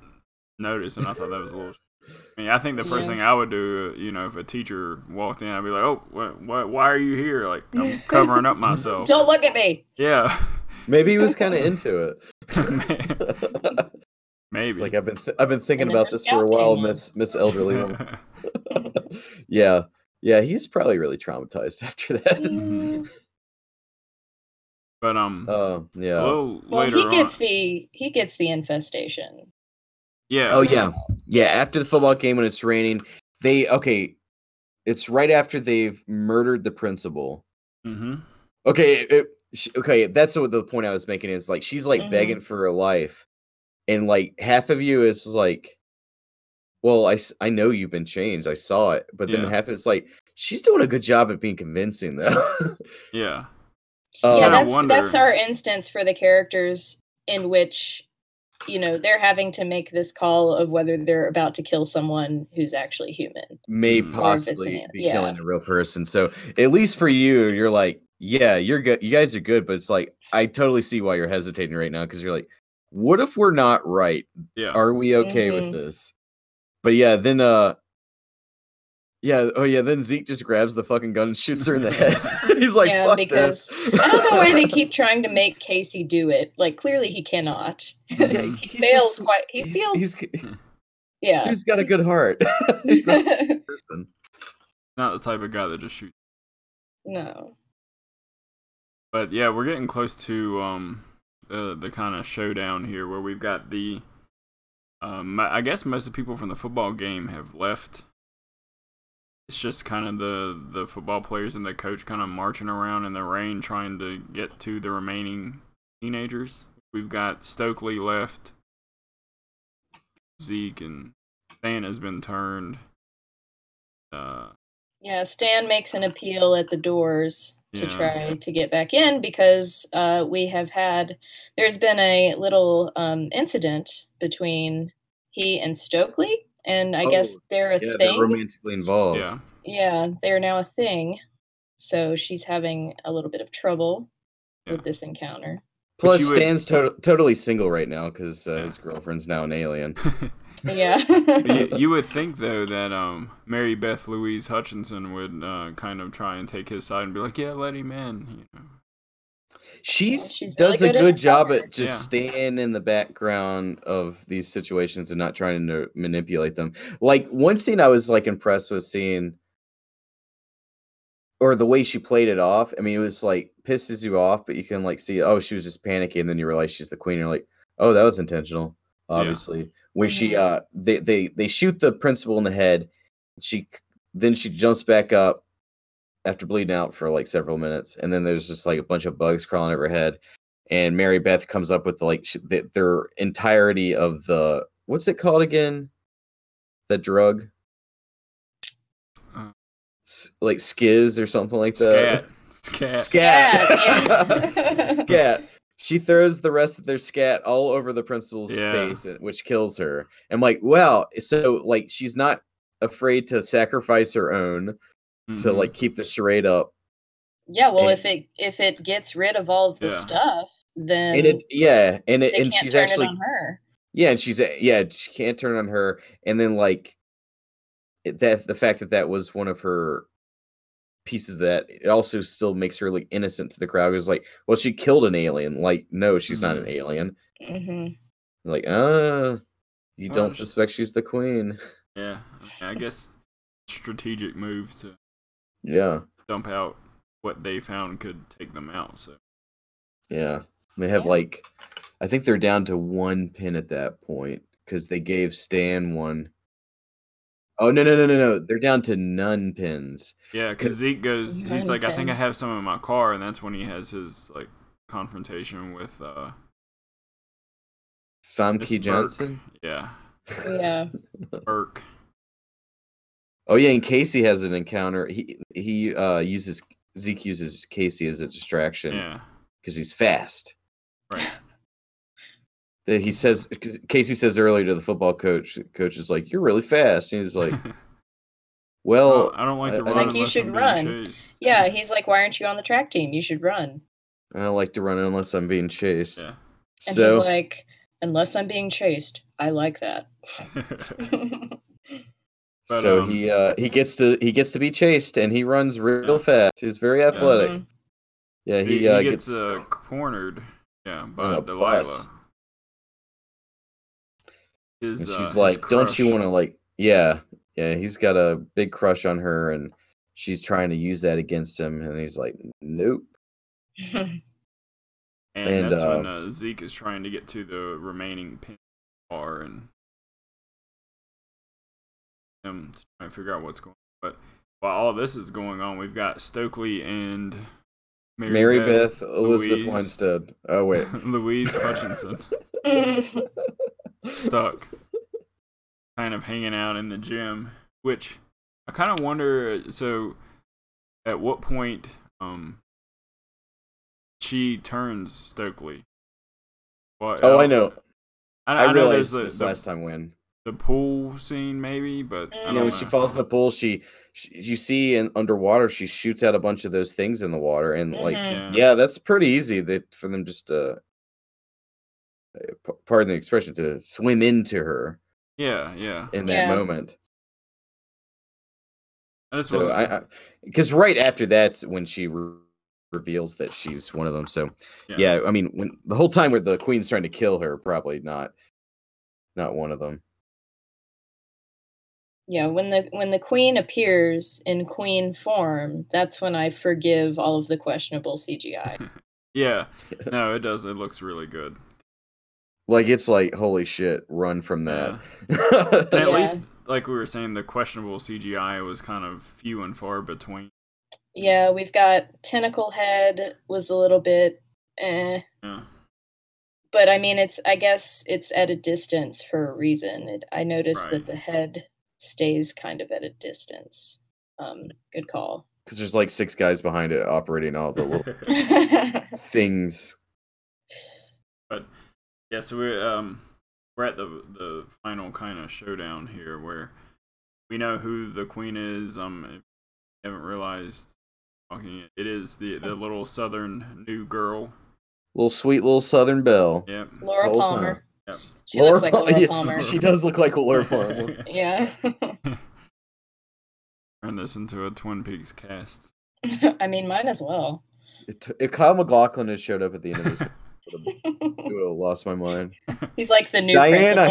Speaker 2: notice, and I thought that was a little. I mean, I think the first
Speaker 3: Yeah.
Speaker 2: thing I would do, you know, if a teacher walked in, I'd be like, "Oh, what, what, why are you here? Like, I'm covering up myself."
Speaker 3: Don't look at me.
Speaker 2: yeah,
Speaker 1: Maybe he was kind of into
Speaker 2: maybe.
Speaker 1: it. It's like I've been th- I've been thinking
Speaker 3: And then
Speaker 1: about
Speaker 3: there's
Speaker 1: this for a
Speaker 3: Scout
Speaker 1: while,
Speaker 3: Canyon.
Speaker 1: Miss Miss Elderly Woman. yeah, yeah, he's probably really traumatized after that.
Speaker 2: Mhm. but um,
Speaker 3: Mm.
Speaker 1: Uh, yeah.
Speaker 2: a little
Speaker 3: Well,
Speaker 2: later
Speaker 3: he gets
Speaker 2: on,
Speaker 3: the he gets the infestation.
Speaker 2: yeah,
Speaker 1: Oh yeah, yeah. After the football game, when it's raining, they okay. It's right after they've murdered the principal.
Speaker 2: hmm
Speaker 1: Okay, it, sh okay. That's what the point I was making is like she's like
Speaker 3: Mhm.
Speaker 1: begging for her life, and like half of you is like, well, I s- I know you've been changed. I saw it, but then
Speaker 2: Yeah.
Speaker 1: half it's like she's doing a good job at being convincing though.
Speaker 2: yeah,
Speaker 1: Uh,
Speaker 3: yeah,
Speaker 2: I
Speaker 3: that's
Speaker 2: wonder-
Speaker 3: that's our instance for the characters in which you know they're having to make this call of whether they're about to kill someone who's actually human.
Speaker 1: may
Speaker 2: Mm.
Speaker 3: Or if it's an
Speaker 1: possibly
Speaker 3: ant-
Speaker 1: be
Speaker 3: yeah.
Speaker 1: killing a real person. So at least for you, you're like, yeah, you're good. You guys are good, but it's like I totally see why you're hesitating right now because you're like, what if we're not right?
Speaker 2: yeah.
Speaker 1: Are we okay
Speaker 3: Mhm.
Speaker 1: with this? But yeah, then uh. Yeah. Oh, yeah. Then Zeke just grabs the fucking gun and shoots her in the head. He's like,
Speaker 3: Yeah,
Speaker 1: "Fuck
Speaker 3: because-
Speaker 1: this."
Speaker 3: I don't know why they keep trying to make Casey do it. Like clearly he cannot.
Speaker 1: Yeah,
Speaker 2: Mhm.
Speaker 1: he's a
Speaker 3: fails
Speaker 1: sw-
Speaker 3: quite. He
Speaker 1: he's-
Speaker 3: feels.
Speaker 1: he's,
Speaker 3: yeah.
Speaker 1: dude's got a good heart. he's not a good person.
Speaker 2: not the type of guy that just shoots.
Speaker 3: no.
Speaker 2: But yeah, we're getting close to um the the kind of showdown here where we've got the um I I guess most of the people from the football game have left. It's just kind of the the football players and the coach kind of marching around in the rain trying to get to the remaining teenagers. We've got Stokely left. Zeke and Stan has been turned. Uh
Speaker 3: Yeah, Stan makes an appeal at the doors to
Speaker 2: Yeah.
Speaker 3: try to get back in because uh, we have had there's been a little um, incident between he and Stokely, and I guess
Speaker 1: Oh,
Speaker 3: they're a
Speaker 1: Yeah, they're
Speaker 3: thing.
Speaker 1: romantically involved.
Speaker 2: yeah.
Speaker 3: yeah, they're now a thing. So she's having a little bit of trouble
Speaker 2: Yeah.
Speaker 3: with this encounter.
Speaker 2: But
Speaker 1: Plus,
Speaker 2: you would-
Speaker 1: Stan's to- totally single right now because uh,
Speaker 2: Yeah.
Speaker 1: his girlfriend's now an alien.
Speaker 3: Yeah.
Speaker 2: you, you would think though that um, Mary Beth Louise Hutchinson would uh, kind of try and take his side and be like, "Yeah, let him in." You know?
Speaker 1: She's,
Speaker 3: she's really
Speaker 1: does
Speaker 3: good
Speaker 1: a
Speaker 3: at
Speaker 1: good
Speaker 3: her
Speaker 1: job
Speaker 3: job.
Speaker 1: at just staying in the background of these situations and not trying to manipulate them. Like one scene, I was like impressed with seeing, or the way she played it off. I mean, it was like pisses you off, but you can like see, oh, she was just panicking, and then you realize she's the queen. You're like, oh, that was intentional, obviously. When she
Speaker 3: Mhm.
Speaker 1: uh, they they they shoot the principal in the head. She c- then she jumps back up after bleeding out for like several minutes, and then there's just like a bunch of bugs crawling over her head. And Mary Beth comes up with like sh- the, their entirety of the what's it called again? The drug,
Speaker 2: Uh,
Speaker 1: S- like skiz or something like
Speaker 2: Scat,
Speaker 1: that.
Speaker 2: scat.
Speaker 1: Scat.
Speaker 3: yeah.
Speaker 1: Scat. She throws the rest of their scat all over the principal's
Speaker 2: Yeah.
Speaker 1: face, and- which kills her. I'm like, wow. So like, she's not afraid to sacrifice her own to
Speaker 2: Mhm.
Speaker 1: like keep the charade up.
Speaker 3: Yeah, well, if
Speaker 1: And-
Speaker 3: it if it gets rid of all of the
Speaker 2: Yeah.
Speaker 3: stuff, then
Speaker 1: And it, yeah, and it,
Speaker 3: they
Speaker 1: and
Speaker 3: can't
Speaker 1: she's
Speaker 3: turn
Speaker 1: actually
Speaker 3: it on her.
Speaker 1: Yeah, and she's a- yeah, she can't turn on her, and then like it- that the fact that that was one of her pieces of that it also still makes her like innocent to the crowd. It's like, well, she killed an alien. Like, no, she's not an
Speaker 2: Mhm.
Speaker 1: alien.
Speaker 3: hmm
Speaker 1: Like, ah, you
Speaker 2: Well,
Speaker 1: don't
Speaker 2: it's just-
Speaker 1: suspect she's the queen.
Speaker 2: Yeah, I guess strategic move to
Speaker 1: Yeah,
Speaker 2: dump out what they found could take them out. So
Speaker 1: yeah. They have
Speaker 3: Yeah.
Speaker 1: like, I think they're down to one pin at that point because they gave Stan one. Oh no no no no no! They're down to none pins.
Speaker 2: yeah, because Zeke goes,
Speaker 3: None
Speaker 2: he's like, "I think I
Speaker 3: pin.
Speaker 2: have some in my car," and that's when he has his like confrontation with uh, Miss
Speaker 1: Famke
Speaker 2: Burke.
Speaker 1: Johnson. Uh,
Speaker 2: Yeah,
Speaker 3: Yeah.
Speaker 2: Burke.
Speaker 1: Oh yeah, and Casey has an encounter. He he uh uses Zeke uses Casey as a distraction
Speaker 2: Yeah,
Speaker 1: because he's fast.
Speaker 2: right.
Speaker 1: that he says 'cause Casey says earlier to the football coach. the Coach is like, "You're really fast," and he's like,
Speaker 2: Oh,
Speaker 1: "Well,
Speaker 2: I don't like
Speaker 1: I-
Speaker 2: to
Speaker 1: I
Speaker 2: run.
Speaker 1: think
Speaker 3: you
Speaker 2: unless
Speaker 3: should
Speaker 2: I'm being
Speaker 3: run.
Speaker 2: chased.
Speaker 3: Yeah, he's like, why aren't you on the track team? You should run.
Speaker 1: I don't like to run unless I'm being chased."
Speaker 2: Yeah.
Speaker 3: And
Speaker 1: So
Speaker 3: he's like, unless I'm being chased, I like that.
Speaker 2: But,
Speaker 1: so
Speaker 2: um,
Speaker 1: he uh, he gets to he gets to be chased and he runs real fast. He's very athletic.
Speaker 3: Mhm.
Speaker 1: Yeah,
Speaker 2: he,
Speaker 1: he,
Speaker 2: he
Speaker 1: uh,
Speaker 2: gets,
Speaker 1: gets,
Speaker 2: uh, cornered. Yeah, by
Speaker 1: a
Speaker 2: Delilah.
Speaker 1: bus.
Speaker 2: His,
Speaker 1: and
Speaker 2: uh,
Speaker 1: she's
Speaker 2: his
Speaker 1: like, "Don't you
Speaker 2: crush."
Speaker 1: want to like?" Yeah, yeah. He's got a big crush on her, and she's trying to use that against him, and he's like, "Nope."
Speaker 2: And,
Speaker 1: and,
Speaker 2: that's when uh, Zeke is trying to get to the remaining pin bar and him to try and figure out what's going. on. But while all this is going on, we've got Stokely and Mary,
Speaker 1: Mary Beth, Elizabeth
Speaker 2: Louise.
Speaker 1: Winstead. Oh wait,
Speaker 2: Louise Hutchinson stuck, kind of hanging out in the gym. Which I kind of wonder. So, at what point, um, she turns Stokely? Well,
Speaker 1: Oh, I
Speaker 2: don't-
Speaker 1: know.
Speaker 2: I,
Speaker 1: I,
Speaker 2: I know
Speaker 1: realized
Speaker 2: there's the,
Speaker 1: this
Speaker 2: the,
Speaker 1: last time when.
Speaker 2: the pool scene, maybe, but I
Speaker 3: Yeah,
Speaker 1: Yeah,
Speaker 2: don't
Speaker 1: when
Speaker 2: know.
Speaker 1: she falls in the pool, she, she you see in underwater she shoots out a bunch of those things in the water, and like
Speaker 3: Mhm.
Speaker 2: yeah.
Speaker 1: yeah, that's pretty easy that for them just uh, uh, p- pardon the expression, to swim into her
Speaker 2: yeah, yeah.
Speaker 1: in
Speaker 3: Yeah.
Speaker 1: that moment.
Speaker 2: I just
Speaker 1: So
Speaker 2: wasn't-
Speaker 1: I, because right after that's when she re- reveals that she's one of them. So yeah. I mean, when the whole time where the queen's trying to kill her, probably not, not one of them.
Speaker 3: yeah, when the when the queen appears in queen form, that's when I forgive all of the questionable CGI.
Speaker 2: yeah. No, it does. It looks really good.
Speaker 1: Like it's like holy shit, run from
Speaker 2: Yeah.
Speaker 1: that.
Speaker 2: And at
Speaker 3: Yeah.
Speaker 2: least, like we were saying, the questionable CGI was kind of few and far between.
Speaker 3: yeah, we've got tentacle head was a little bit eh,
Speaker 2: Yeah.
Speaker 3: but I mean it's I guess it's at a distance for a reason. It, I noticed
Speaker 2: Right.
Speaker 3: that the head stays kind of at a distance. Um, good call.
Speaker 1: Because there's like six guys behind it operating all the little things.
Speaker 2: But yeah, so we're um we're at the the final kind of showdown here where we know who the queen is. Um, if you haven't realized talking it is the the little southern new girl.
Speaker 1: Little sweet little Southern Belle.
Speaker 2: Yep.
Speaker 3: Laura
Speaker 1: Whole time.
Speaker 3: Palmer.
Speaker 2: Yep.
Speaker 3: She looks like
Speaker 1: Pal-
Speaker 3: Laura
Speaker 1: yeah,
Speaker 3: Palmer.
Speaker 1: She does look like Laura Palmer.
Speaker 3: yeah.
Speaker 2: Turn this into a Twin Peaks cast.
Speaker 3: I mean, mine as well.
Speaker 1: It t- if Kyle McLaughlin had showed up at the end of this, I would have lost my mind.
Speaker 3: He's like the new
Speaker 1: Diana.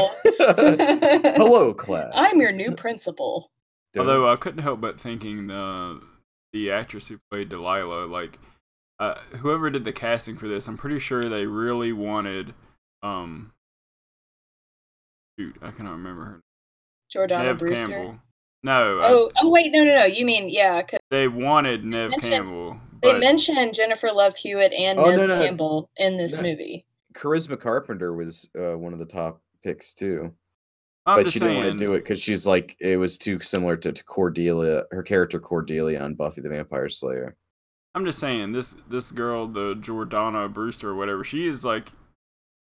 Speaker 3: principal.
Speaker 1: Hello, class.
Speaker 3: I'm your new principal.
Speaker 2: Although uh, I couldn't help but thinking the the actress who played Delilah, like uh, whoever did the casting for this, I'm pretty sure they really wanted. um Shoot, I cannot remember her.
Speaker 3: Jordana
Speaker 2: Nev
Speaker 3: Brewster.
Speaker 2: Campbell. No, I-
Speaker 3: Oh, oh wait, no, no, no. You mean yeah? 'cause
Speaker 2: they wanted Nev
Speaker 3: mentioned-
Speaker 2: Campbell,
Speaker 3: they
Speaker 2: but
Speaker 3: mentioned Jennifer Love Hewitt and
Speaker 1: Oh,
Speaker 3: Nev
Speaker 1: no, no.
Speaker 3: Campbell in this
Speaker 1: No.
Speaker 3: movie.
Speaker 1: Charisma Carpenter was uh, one of the top picks too,
Speaker 2: I'm
Speaker 1: but
Speaker 2: just
Speaker 1: she
Speaker 2: saying,
Speaker 1: didn't want to do it because she's like it was too similar to, to Cordelia, her character Cordelia on Buffy the Vampire Slayer.
Speaker 2: I'm just saying this this girl, the Jordana Brewster or whatever, she is like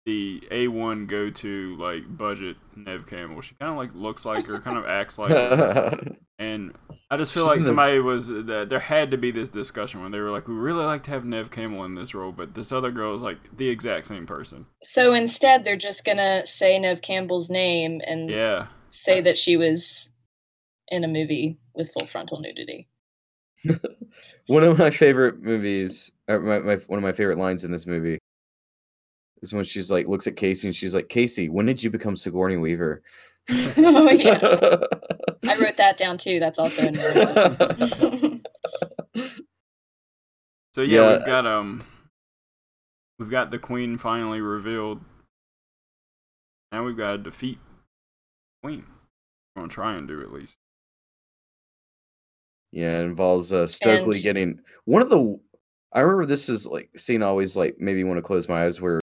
Speaker 2: the A one go to like budget Nev Campbell. She kind of like looks like her, kind of acts like her, and I just feel
Speaker 1: She's
Speaker 2: like
Speaker 1: in the-
Speaker 2: somebody was that there had to be this discussion when they were like, we really like to have Nev Campbell in this role, but this other girl is like the exact same person.
Speaker 3: So instead, they're just gonna say Nev Campbell's name and
Speaker 2: Yeah,
Speaker 3: say that she was in a movie with full frontal nudity.
Speaker 1: one of my favorite movies, or my, my one of my favorite lines in this movie is when she's like looks at Casey and she's like, "Casey, when did you become Sigourney Weaver?"
Speaker 3: oh yeah, I wrote that down too. That's also in there.
Speaker 2: So yeah,
Speaker 1: Yeah.
Speaker 2: we've got um, we've got the queen finally revealed. Now we've got to defeat the queen. We're gonna try and do at least.
Speaker 1: Yeah, it involves uh, Stokely
Speaker 3: And-
Speaker 1: getting one of the. I remember this is like scene always like made me want to close my eyes where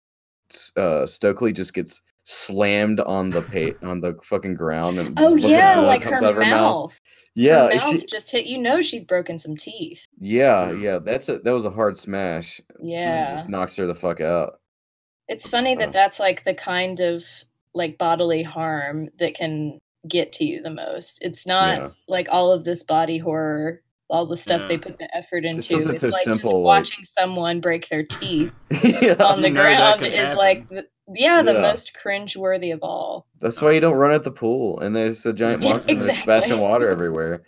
Speaker 1: s- uh, Stokely just gets slammed on the pa- on the fucking ground and
Speaker 3: Oh
Speaker 1: just looking at
Speaker 3: yeah,
Speaker 1: blood
Speaker 3: like her
Speaker 1: comes
Speaker 3: mouth.
Speaker 1: out of
Speaker 3: Her
Speaker 1: Yeah, it-
Speaker 3: mouth
Speaker 1: she-
Speaker 3: just hit. You know she's broken some teeth.
Speaker 1: yeah, yeah. That's a, that was a hard smash. and it
Speaker 3: Yeah.
Speaker 1: just knocks her the fuck out.
Speaker 3: It's funny that
Speaker 1: Uh.
Speaker 3: that's like the kind of like bodily harm that can get to you the most. It's not
Speaker 1: Yeah.
Speaker 3: like all of this body horror, all the stuff they
Speaker 2: Yeah.
Speaker 3: put the effort into.
Speaker 1: Just something
Speaker 3: it's
Speaker 1: so
Speaker 3: like
Speaker 1: simple, like-
Speaker 3: watching someone break their teeth
Speaker 1: yeah,
Speaker 3: on the
Speaker 2: You know that
Speaker 3: ground
Speaker 2: can
Speaker 3: is like, the, yeah, the
Speaker 1: Yeah.
Speaker 3: most cringe worthy of all.
Speaker 1: that's why you don't run at the pool, and there's a giant
Speaker 3: Yeah,
Speaker 1: monster that's
Speaker 3: exactly.
Speaker 1: splashing water everywhere.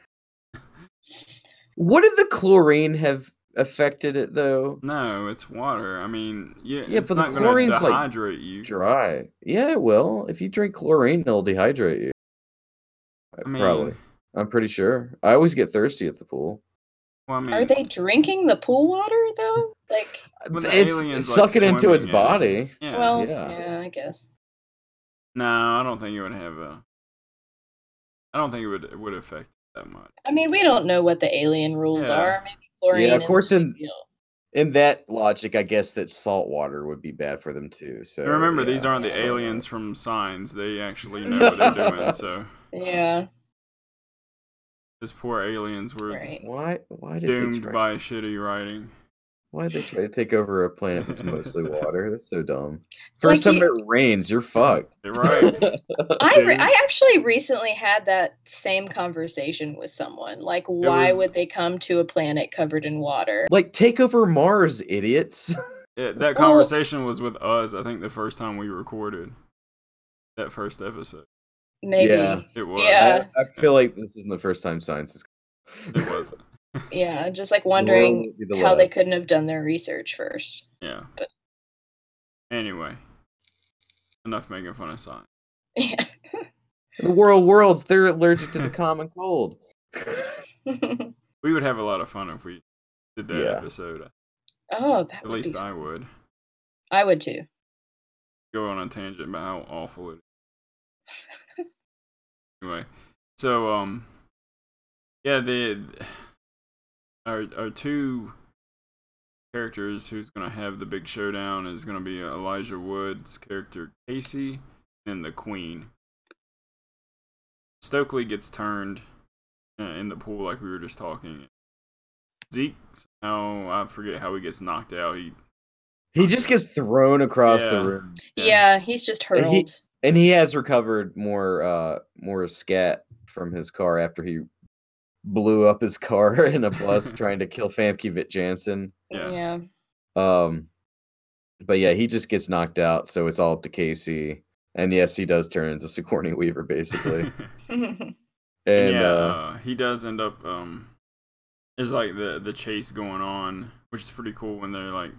Speaker 1: Would the chlorine have affected it though?
Speaker 2: No, it's water. I mean, yeah,
Speaker 1: Yeah,
Speaker 2: it's
Speaker 1: but the
Speaker 2: not going to
Speaker 1: chlorine's, like,
Speaker 2: dehydrate you.
Speaker 1: Dry. Yeah, it will. If you drink chlorine, it'll dehydrate you.
Speaker 2: I mean,
Speaker 1: Probably. I'm pretty sure. I always get thirsty at the pool.
Speaker 2: Well, I
Speaker 1: Hmm.
Speaker 2: mean,
Speaker 3: Are they drinking the pool water though? Like,
Speaker 2: When the
Speaker 1: It's
Speaker 2: aliens, like,
Speaker 1: sucking into its
Speaker 2: swimming in it.
Speaker 1: body.
Speaker 2: Yeah.
Speaker 3: well,
Speaker 1: yeah.
Speaker 3: yeah, I guess.
Speaker 2: no, I don't think it would have a. I don't think it would it would affect that much.
Speaker 3: I mean, we don't know what the alien rules
Speaker 2: Yeah.
Speaker 3: are. Maybe chlorine.
Speaker 1: Yeah, of
Speaker 3: is
Speaker 1: course
Speaker 3: a big
Speaker 1: in-
Speaker 3: deal.
Speaker 1: In that logic, I guess that salt water would be bad for them too. So
Speaker 2: And remember, these
Speaker 1: Uh, yeah,
Speaker 2: aren't the
Speaker 1: that's why-
Speaker 2: aliens from Signs. They actually know what they're doing. So
Speaker 3: Yeah,
Speaker 2: these poor aliens were
Speaker 3: right.
Speaker 1: Why? Why did they
Speaker 2: doomed
Speaker 1: try?
Speaker 2: by shitty writing.
Speaker 1: Why did they try to take over a planet that's mostly water? That's so dumb.
Speaker 3: like
Speaker 1: First time it rains, you're fucked.
Speaker 2: They're right.
Speaker 3: I re-
Speaker 2: Dude.
Speaker 3: I actually recently had that same conversation with someone. Like, why
Speaker 2: was-
Speaker 3: would they come to a planet covered in water?
Speaker 1: like take over Mars, idiots.
Speaker 2: Yeah, that
Speaker 3: Well-
Speaker 2: conversation was with us. I think the first time we recorded that first episode.
Speaker 3: Maybe.
Speaker 1: Yeah.
Speaker 3: Yeah.
Speaker 2: It was.
Speaker 3: Yeah.
Speaker 1: I, I feel like this isn't the first time science is.
Speaker 2: It was.
Speaker 3: just like
Speaker 1: The world
Speaker 3: wondering
Speaker 1: would be the
Speaker 3: how they
Speaker 1: lab.
Speaker 3: couldn't have done their research first.
Speaker 2: Yeah.
Speaker 3: But-
Speaker 2: Anyway, enough making fun of science.
Speaker 3: Yeah.
Speaker 1: The world worlds they're allergic to the common cold.
Speaker 2: We would have a lot of fun if we did that
Speaker 1: Yeah.
Speaker 2: episode.
Speaker 3: oh, that
Speaker 2: At
Speaker 3: would
Speaker 2: least
Speaker 3: be.
Speaker 2: I would.
Speaker 3: I would too.
Speaker 2: Go on a tangent about how awful it is. anyway, so um, yeah, the our our two characters who's gonna have the big showdown is gonna be Elijah Wood's character Casey and the Queen. Stokely gets turned uh, in the pool like we were just talking. Zeke, oh, I forget how he gets knocked out. He
Speaker 1: He just gets thrown across
Speaker 2: Yeah.
Speaker 1: the room,
Speaker 2: Yeah.
Speaker 3: Yeah, he's just
Speaker 1: And
Speaker 3: hurled.
Speaker 1: he- and he has recovered more uh more scat from his car after he blew up his car in a bus trying to kill Famke Jansen.
Speaker 2: yeah.
Speaker 3: yeah.
Speaker 1: Um, but yeah, he just gets knocked out, so it's all up to Casey. And yes, he does turn into Sigourney Weaver basically.
Speaker 2: And
Speaker 1: and
Speaker 2: yeah,
Speaker 1: uh,
Speaker 2: uh, he does end up. Um, there's like the the chase going on, which is pretty cool when they're like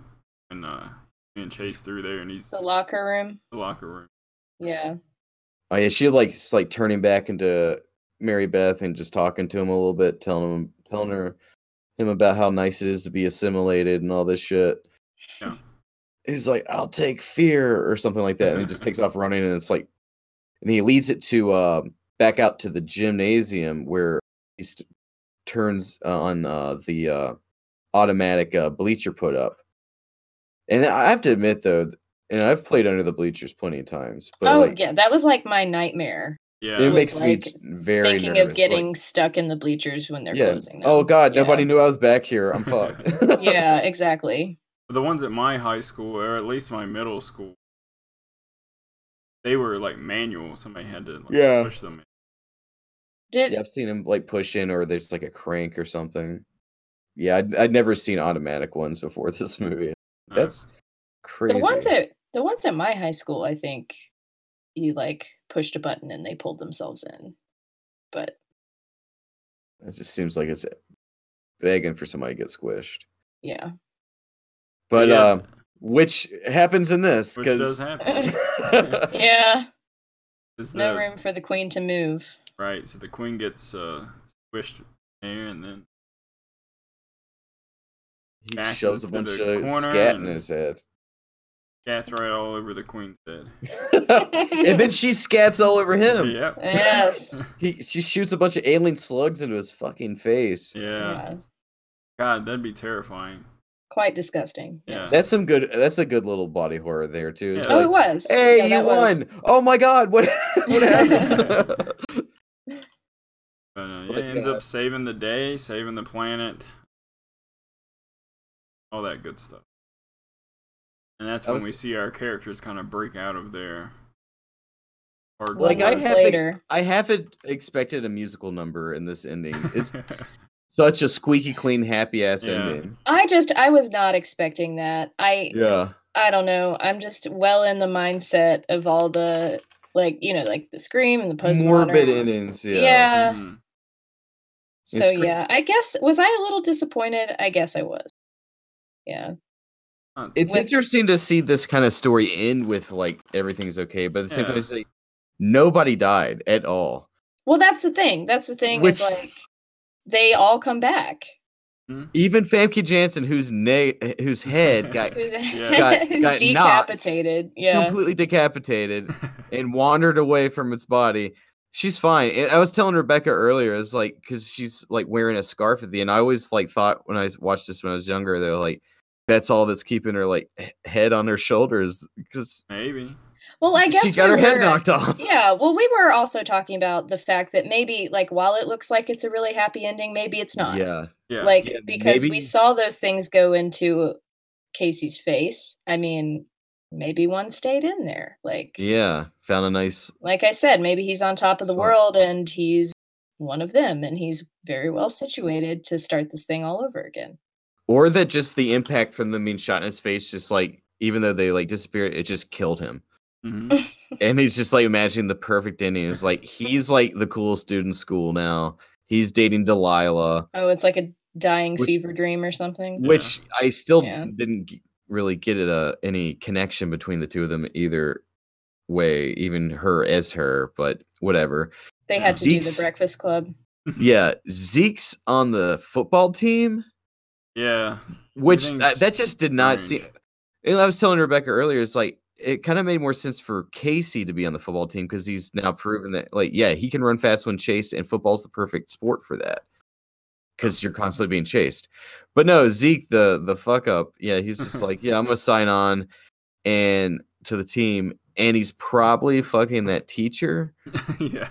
Speaker 2: and uh being chased through there, and he's
Speaker 3: the
Speaker 2: in
Speaker 3: locker room.
Speaker 2: the locker room.
Speaker 3: Yeah.
Speaker 1: oh yeah, she like s- like turning back into Mary Beth and just talking to him a little bit, telling him telling her him about how nice it is to be assimilated and all this shit.
Speaker 2: Yeah.
Speaker 1: He's like, I'll take fear or something like that, and he just takes off running, and it's like, and he leads it to uh, back out to the gymnasium where he st- turns on uh, the uh, automatic uh, bleacher put up. And I have to admit though, th- and I've played under the bleachers plenty of times, but
Speaker 3: oh,
Speaker 1: like,
Speaker 3: yeah. That was like my nightmare.
Speaker 2: Yeah,
Speaker 1: it
Speaker 3: was,
Speaker 1: makes me
Speaker 3: like,
Speaker 1: j- very
Speaker 3: thinking
Speaker 1: nervous.
Speaker 3: of
Speaker 1: like,
Speaker 3: getting stuck in the bleachers when they're
Speaker 1: yeah.
Speaker 3: closing.
Speaker 1: Oh
Speaker 3: them.
Speaker 1: God,
Speaker 3: Yeah.
Speaker 1: nobody knew I was back here. I'm fucked.
Speaker 3: yeah, exactly.
Speaker 2: the ones at my high school, or at least my middle school, they were like manual. Somebody had to like,
Speaker 1: Yeah.
Speaker 2: push them.
Speaker 3: Did
Speaker 1: Yeah, I've seen him like push in, or there's like a crank or something. Yeah, I'd, I'd never seen automatic ones before this movie.
Speaker 2: No.
Speaker 1: That's
Speaker 3: the
Speaker 1: crazy.
Speaker 3: ones at the ones at my high school? I think you like pushed a button and they pulled themselves in. But
Speaker 1: it just seems like it's begging for somebody to get squished.
Speaker 3: yeah,
Speaker 1: But
Speaker 2: Yeah.
Speaker 1: uh, which happens in this
Speaker 2: which
Speaker 1: because
Speaker 2: does happen.
Speaker 3: yeah,
Speaker 2: Is
Speaker 3: no
Speaker 2: that-
Speaker 3: room for the queen to move.
Speaker 2: right? So the queen gets uh squished in there, and then
Speaker 1: he
Speaker 2: back
Speaker 1: shoves a
Speaker 2: into
Speaker 1: bunch
Speaker 2: the
Speaker 1: of
Speaker 2: corner
Speaker 1: scat in
Speaker 2: and-
Speaker 1: his head,
Speaker 2: cats right all over the queen's head.
Speaker 1: and then she scats all over him.
Speaker 2: Yep.
Speaker 3: Yes.
Speaker 1: He, she shoots a bunch of alien slugs into his fucking face.
Speaker 2: yeah. God, that'd be terrifying.
Speaker 3: quite disgusting.
Speaker 2: Yeah.
Speaker 3: yes.
Speaker 1: That's some good. That's a good little body horror there too. It's
Speaker 2: Yeah.
Speaker 3: oh,
Speaker 1: like,
Speaker 3: it was.
Speaker 1: Hey,
Speaker 3: Yeah,
Speaker 1: you
Speaker 3: that was.
Speaker 1: won! Oh my God, what what happened?
Speaker 2: But uh, yeah,
Speaker 1: But,
Speaker 2: ends
Speaker 1: uh,
Speaker 2: up saving the day, saving the planet, all that good stuff. and that's
Speaker 1: That
Speaker 2: when
Speaker 1: was-
Speaker 2: we see our characters kind of break out of their hard
Speaker 1: Like I
Speaker 2: mode.
Speaker 3: One month
Speaker 1: have
Speaker 3: later.
Speaker 1: I haven't expected a musical number in this ending. It's such a squeaky clean, happy ass
Speaker 2: Yeah.
Speaker 1: ending.
Speaker 3: I just I was not expecting that. I
Speaker 1: Yeah.
Speaker 3: I don't know. I'm just well in the mindset of all the like you know like the scream and the post
Speaker 1: Morbid endings. Yeah. Mm-hmm.
Speaker 3: Yeah.
Speaker 2: Mhm.
Speaker 1: Yeah,
Speaker 3: So
Speaker 1: Scream-
Speaker 3: yeah, I guess was I a little disappointed? I guess I was. Yeah.
Speaker 2: Not-
Speaker 1: It's
Speaker 3: With-
Speaker 1: interesting to see this kind of story end with like everything's okay, but at the same time,
Speaker 2: Yeah.
Speaker 1: it's like nobody died at all.
Speaker 3: Well, that's the thing. That's the thing.
Speaker 1: Which-
Speaker 3: Is like they all come back.
Speaker 1: Even Famke Janssen, whose ne- who's head got
Speaker 3: Who's,
Speaker 1: Got-
Speaker 3: who's
Speaker 1: got knocked.
Speaker 3: decapitated? Yeah.
Speaker 1: completely decapitated and wandered away from its body. She's fine. And I was telling Rebecca earlier, it's like because she's like wearing a scarf at the end. I always like thought when I s- watched this when I was younger, they're like, that's all that's keeping her like he- head on her shoulders because
Speaker 2: Maybe.
Speaker 3: well, I guess
Speaker 1: she got
Speaker 3: we
Speaker 1: her head
Speaker 3: were-
Speaker 1: knocked off.
Speaker 3: Yeah, well, we were also talking about the fact that maybe, like, while it looks like it's a really happy ending, maybe it's not.
Speaker 1: Yeah,
Speaker 2: Yeah.
Speaker 3: like
Speaker 1: Yeah,
Speaker 3: because
Speaker 1: maybe.
Speaker 3: we saw those things go into Casey's face. I mean, maybe one stayed in there. Like
Speaker 1: yeah. Found a nice
Speaker 3: like I said, maybe he's on top of the
Speaker 1: So-
Speaker 3: world and he's one of them and he's very well situated to start this thing all over again.
Speaker 1: or that just the impact from the mean shot in his face, just like even though they like disappeared, it just killed him.
Speaker 2: Mhm.
Speaker 1: and he's just like imagining the perfect ending. It's like he's like the coolest dude in school now. He's dating Delilah,
Speaker 3: Oh, it's like a dying
Speaker 1: Which-
Speaker 3: fever dream or something.
Speaker 2: Yeah.
Speaker 1: which I still
Speaker 3: Yeah.
Speaker 1: didn't g- really get it a any connection between the two of them either way. Even her as her, but whatever.
Speaker 3: They had to do
Speaker 1: Zeke's-
Speaker 3: the Breakfast Club.
Speaker 1: Yeah, Zeke's on the football team,
Speaker 2: Yeah.
Speaker 1: which that,
Speaker 2: Everything's
Speaker 1: that just did not seem.
Speaker 2: strange.
Speaker 1: and I was telling Rebecca earlier, it's like it kind of made more sense for Casey to be on the football team because he's now proven that, like, yeah, he can run fast when chased, and football's the perfect sport for that because you're constantly being chased. But no, Zeke, the the fuck up, yeah, he's just like, yeah, I'm gonna sign on and to the team, and he's probably fucking that teacher.
Speaker 2: yeah.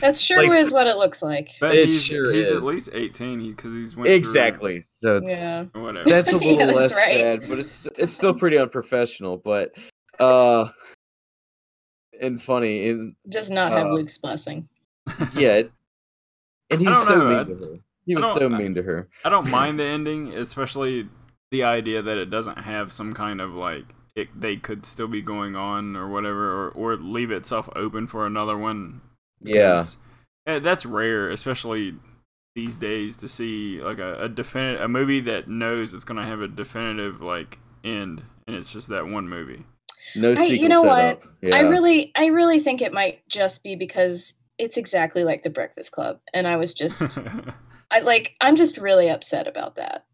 Speaker 3: That sure
Speaker 1: Like-
Speaker 3: is what it looks like.
Speaker 2: But
Speaker 1: It
Speaker 2: he's,
Speaker 1: sure
Speaker 2: he's
Speaker 1: is.
Speaker 2: at least 18 because he's went through-
Speaker 1: Exactly. So
Speaker 3: Yeah.
Speaker 2: whatever.
Speaker 1: that's a
Speaker 3: Yeah,
Speaker 1: little
Speaker 3: that's
Speaker 1: less
Speaker 3: right.
Speaker 1: bad, but it's it's still pretty unprofessional, but uh and funny and
Speaker 3: Does not have
Speaker 1: Uh,
Speaker 3: Luke's blessing.
Speaker 1: yeah. And
Speaker 2: I
Speaker 1: he's
Speaker 2: don't
Speaker 1: so
Speaker 2: know, I-
Speaker 1: mean to her. He
Speaker 2: I
Speaker 1: was
Speaker 2: don't-
Speaker 1: so
Speaker 2: I-
Speaker 1: mean to her.
Speaker 2: I don't mind the ending, especially the idea that it doesn't have some kind of like it, they could still be going on or whatever, or, or leave itself open for another one.
Speaker 1: Yeah.
Speaker 2: 'cause, eh, that's rare, especially these days, to see like a, a definite a movie that knows it's gonna have a definitive like end, and it's just that one movie.
Speaker 1: No
Speaker 3: you
Speaker 1: sequel
Speaker 3: know what?
Speaker 1: setup. Yeah.
Speaker 3: I really I really think it might just be because it's exactly like the Breakfast Club. And I was just I like I'm just really upset about that.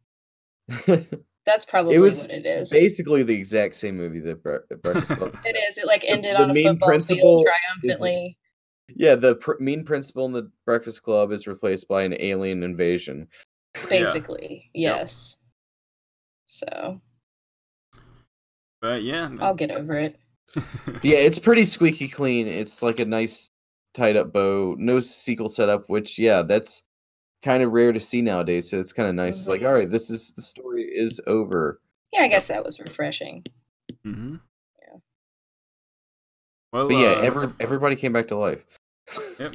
Speaker 3: That's probably
Speaker 1: was
Speaker 3: what it is.
Speaker 1: Basically the exact same movie that Bre- Breakfast Club.
Speaker 3: it is. It like ended
Speaker 1: the
Speaker 3: on a
Speaker 1: main
Speaker 3: football
Speaker 1: principle
Speaker 3: field
Speaker 1: is-
Speaker 3: triumphantly.
Speaker 1: Yeah, the pr- mean principal in the Breakfast Club is replaced by an alien invasion.
Speaker 3: basically.
Speaker 2: Yep.
Speaker 3: Yes. So
Speaker 2: but yeah,
Speaker 3: I'll get over it.
Speaker 1: Yeah, it's pretty squeaky clean. It's like a nice tied up bow, no sequel setup, which yeah, that's kind of rare to see nowadays. So it's kind of nice. It's like,
Speaker 2: Mm-hmm.
Speaker 3: Mhm.
Speaker 1: all right, this is the story is over.
Speaker 3: Yeah, I guess that was refreshing.
Speaker 2: hmm yeah. Well,
Speaker 1: But yeah,
Speaker 2: uh,
Speaker 1: every, everybody came back to life.
Speaker 2: yep,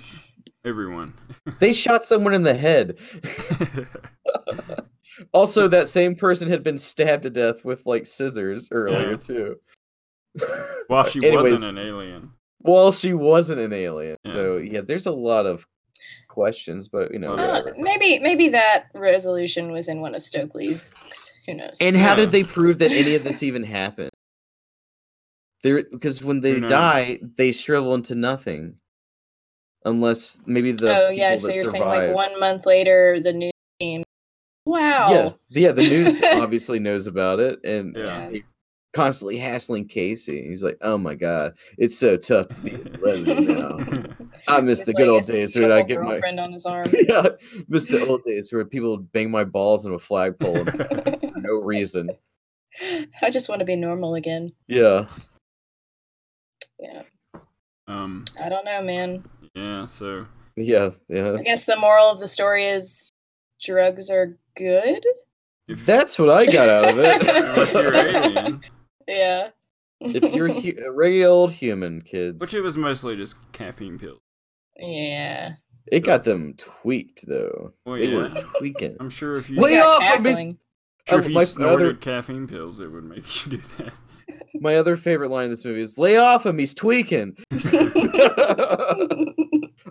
Speaker 2: everyone.
Speaker 1: They shot someone in the head. also, that same person had been stabbed to death with like scissors earlier
Speaker 2: Yeah.
Speaker 1: too.
Speaker 2: Well, she
Speaker 1: Anyways.
Speaker 2: wasn't an alien.
Speaker 1: well, she wasn't an alien.
Speaker 2: Yeah.
Speaker 1: So yeah, there's a lot of questions, but you know,
Speaker 2: Oh,
Speaker 3: I
Speaker 1: whatever.
Speaker 3: don't, maybe maybe that resolution was in one of Stokely's books. Who knows?
Speaker 1: And how
Speaker 2: Yeah.
Speaker 1: did they prove that any of this even happened? There, because when they
Speaker 2: knows?
Speaker 1: die, they shrivel into nothing, unless maybe the
Speaker 3: oh yeah,
Speaker 1: people
Speaker 3: so
Speaker 1: that
Speaker 3: you're saying like
Speaker 1: survived-
Speaker 3: one month later the news team. Wow.
Speaker 1: Yeah, the- yeah. The news obviously knows about it, and
Speaker 2: Yeah.
Speaker 1: is constantly hassling Casey. He's like, "Oh my god, it's so tough to be in Lebanon now. I miss
Speaker 3: With,
Speaker 1: the good
Speaker 3: like,
Speaker 1: old
Speaker 3: his
Speaker 1: days where I
Speaker 3: beautiful
Speaker 1: get my
Speaker 3: girlfriend on his arm.
Speaker 1: yeah, miss the old days where people would bang my balls in a flagpole and- for no reason.
Speaker 3: I just want to be normal again.
Speaker 1: Yeah,
Speaker 3: Yeah.
Speaker 2: um,
Speaker 3: I don't know, man.
Speaker 2: yeah, so
Speaker 1: yeah, yeah.
Speaker 3: I guess the moral of the story is drugs are good.
Speaker 2: if,
Speaker 1: That's what I got out of it.
Speaker 2: unless you're an alien,
Speaker 3: Yeah.
Speaker 1: If you're a, hu- a regular old human, kids,
Speaker 2: Which it was mostly just caffeine pills.
Speaker 3: yeah.
Speaker 1: it got them tweaked though.
Speaker 2: Well,
Speaker 1: they
Speaker 2: yeah.
Speaker 1: were tweaking.
Speaker 2: I'm sure if you,
Speaker 1: Way
Speaker 3: Yeah,
Speaker 1: off! I missed-
Speaker 3: cackling.
Speaker 2: sure if
Speaker 1: Oh,
Speaker 2: you
Speaker 1: my other-
Speaker 2: snorted caffeine pills, it would make you do that.
Speaker 1: My other favorite line in this movie is "Lay off him, he's tweaking."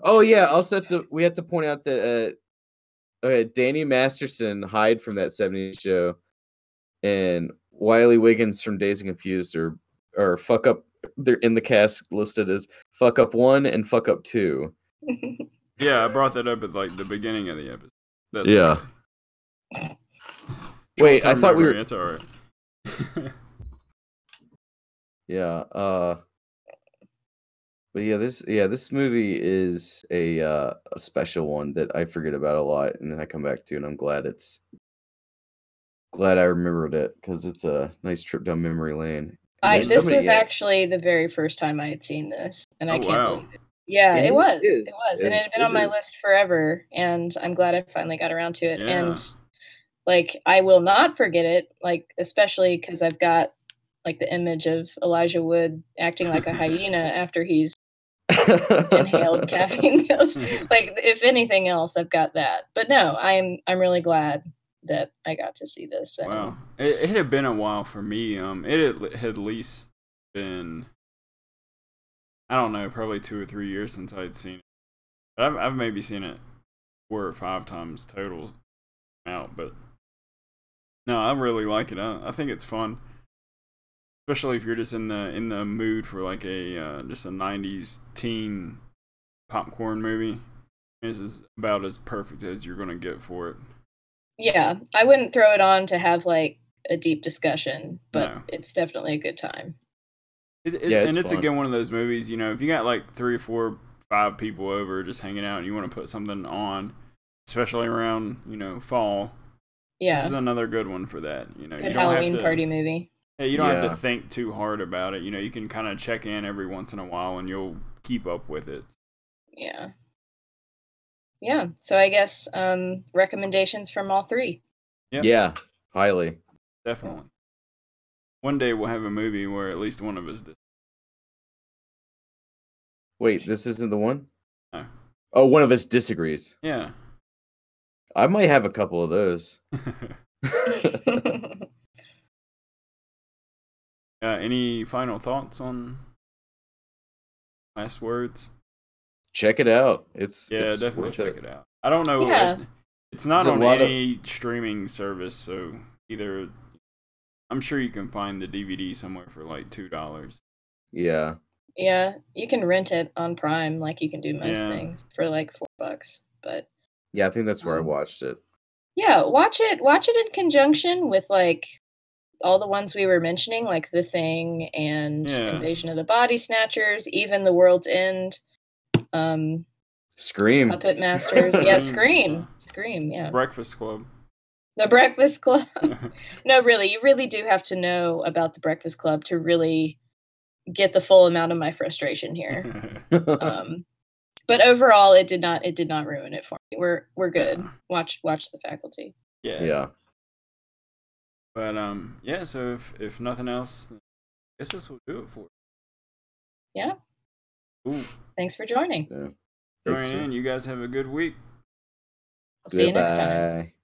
Speaker 1: oh yeah, also have to, we have to point out that uh, uh, Danny Masterson hide from that '70s show, and Wiley Wiggins from Days and Confused are are fuck up. They're in the cast listed as fuck up one and fuck up two.
Speaker 2: Yeah, I brought that up at like the beginning of the episode. That's
Speaker 1: Yeah.
Speaker 2: okay.
Speaker 1: Wait, I
Speaker 2: Short-term
Speaker 1: thought we
Speaker 2: memory,
Speaker 1: were-
Speaker 2: It's all right.
Speaker 1: Yeah. Uh but yeah, this yeah, this movie is a uh a special one that I forget about a lot and then I come back to and I'm glad it's glad I remembered it because it's a nice trip down memory lane. And
Speaker 3: I,
Speaker 1: there's so
Speaker 3: this
Speaker 1: many-
Speaker 3: was actually the very first time I had seen this, and I
Speaker 2: Oh,
Speaker 3: can't
Speaker 2: wow.
Speaker 3: believe it. Yeah,
Speaker 1: And
Speaker 3: it
Speaker 1: it
Speaker 3: was. It
Speaker 1: is.
Speaker 3: was,
Speaker 1: It-
Speaker 3: and it had been
Speaker 1: it
Speaker 3: on my
Speaker 1: is.
Speaker 3: list forever, and I'm glad I finally got around to it.
Speaker 2: Yeah.
Speaker 3: And like, I will not forget it. Like, especially because I've got like the image of Elijah Wood acting like a hyena after he's inhaled caffeine pills. Like, if anything else, I've got that. But no, I'm I'm really glad that I got to see this. and-
Speaker 2: Wow, it, it had been a while for me. Um, it had, had at least been, I don't know, probably two or three years since I'd seen it. But I've I've maybe seen it four or five times total out, but no, I really like it. I, I think it's fun, especially if you're just in the in the mood for like a uh, just a '90s teen popcorn movie. This is about as perfect as you're gonna get for it.
Speaker 3: Yeah, I wouldn't throw it on to have like a deep discussion, but
Speaker 2: No.
Speaker 3: it's definitely a good time.
Speaker 2: It, it,
Speaker 1: Yeah,
Speaker 2: and
Speaker 1: it's
Speaker 2: it's
Speaker 1: fun.
Speaker 2: again one of those movies, you know, if you got like three or four, five people over just hanging out and you want to put something on, especially around, you know, fall, this
Speaker 3: Yeah,
Speaker 2: is another good one for that. You know, you
Speaker 3: good
Speaker 2: don't have
Speaker 3: Halloween
Speaker 2: to-
Speaker 3: party movie.
Speaker 2: Yeah, you don't have
Speaker 1: Yeah.
Speaker 2: to think too hard about it. You know, you can kind of check in every once in a while and you'll keep up with it.
Speaker 3: Yeah. Yeah, so I guess um recommendations from all three.
Speaker 2: Yeah.
Speaker 1: Yeah, highly.
Speaker 2: Definitely. One day we'll have a movie where at least one of us did.
Speaker 1: Wait, this isn't the one?
Speaker 2: No.
Speaker 1: Oh, one of us disagrees.
Speaker 2: Yeah.
Speaker 1: I might have a couple of those.
Speaker 3: uh,
Speaker 2: uh, any final thoughts on last words?
Speaker 1: Check it out. It's
Speaker 2: Yeah,
Speaker 1: it's
Speaker 2: definitely
Speaker 1: worth
Speaker 2: check it. out. I don't know.
Speaker 3: Yeah.
Speaker 2: it- it's not
Speaker 1: There's a
Speaker 2: on
Speaker 1: lot of-
Speaker 2: any streaming service, so either I'm sure you can find the DVD somewhere for like two dollars.
Speaker 1: Yeah.
Speaker 3: yeah, you can rent it on Prime like you can do most
Speaker 2: Yeah.
Speaker 3: things for like 4 bucks, but
Speaker 1: Yeah, I think that's where I
Speaker 3: Um,
Speaker 1: watched it.
Speaker 3: yeah, watch it watch it in conjunction with like all the ones we were mentioning like The Thing and
Speaker 2: Yeah.
Speaker 3: Invasion of the Body Snatchers, even The World's End. Um
Speaker 1: Scream.
Speaker 3: Puppet Masters. Yeah,
Speaker 2: Scream.
Speaker 3: Scream. Scream, yeah.
Speaker 2: Breakfast Club.
Speaker 3: The Breakfast Club.
Speaker 1: Oh,
Speaker 2: yeah,
Speaker 3: no, really, you really do have to know about the Breakfast Club to really get the full amount of my frustration here.
Speaker 1: Mm-hmm.
Speaker 3: Um, but overall it did not it did not ruin it for me. We're we're good.
Speaker 2: Yeah.
Speaker 3: Watch watch the faculty.
Speaker 1: yeah.
Speaker 2: But um, yeah. So if if nothing else, I guess this will do it for.
Speaker 3: Yeah.
Speaker 2: Ooh,
Speaker 3: Thanks for joining.
Speaker 1: Yeah. Thanks
Speaker 2: join
Speaker 1: for-
Speaker 2: in. You guys have a good week.
Speaker 3: We'll see you next time.
Speaker 1: Goodbye.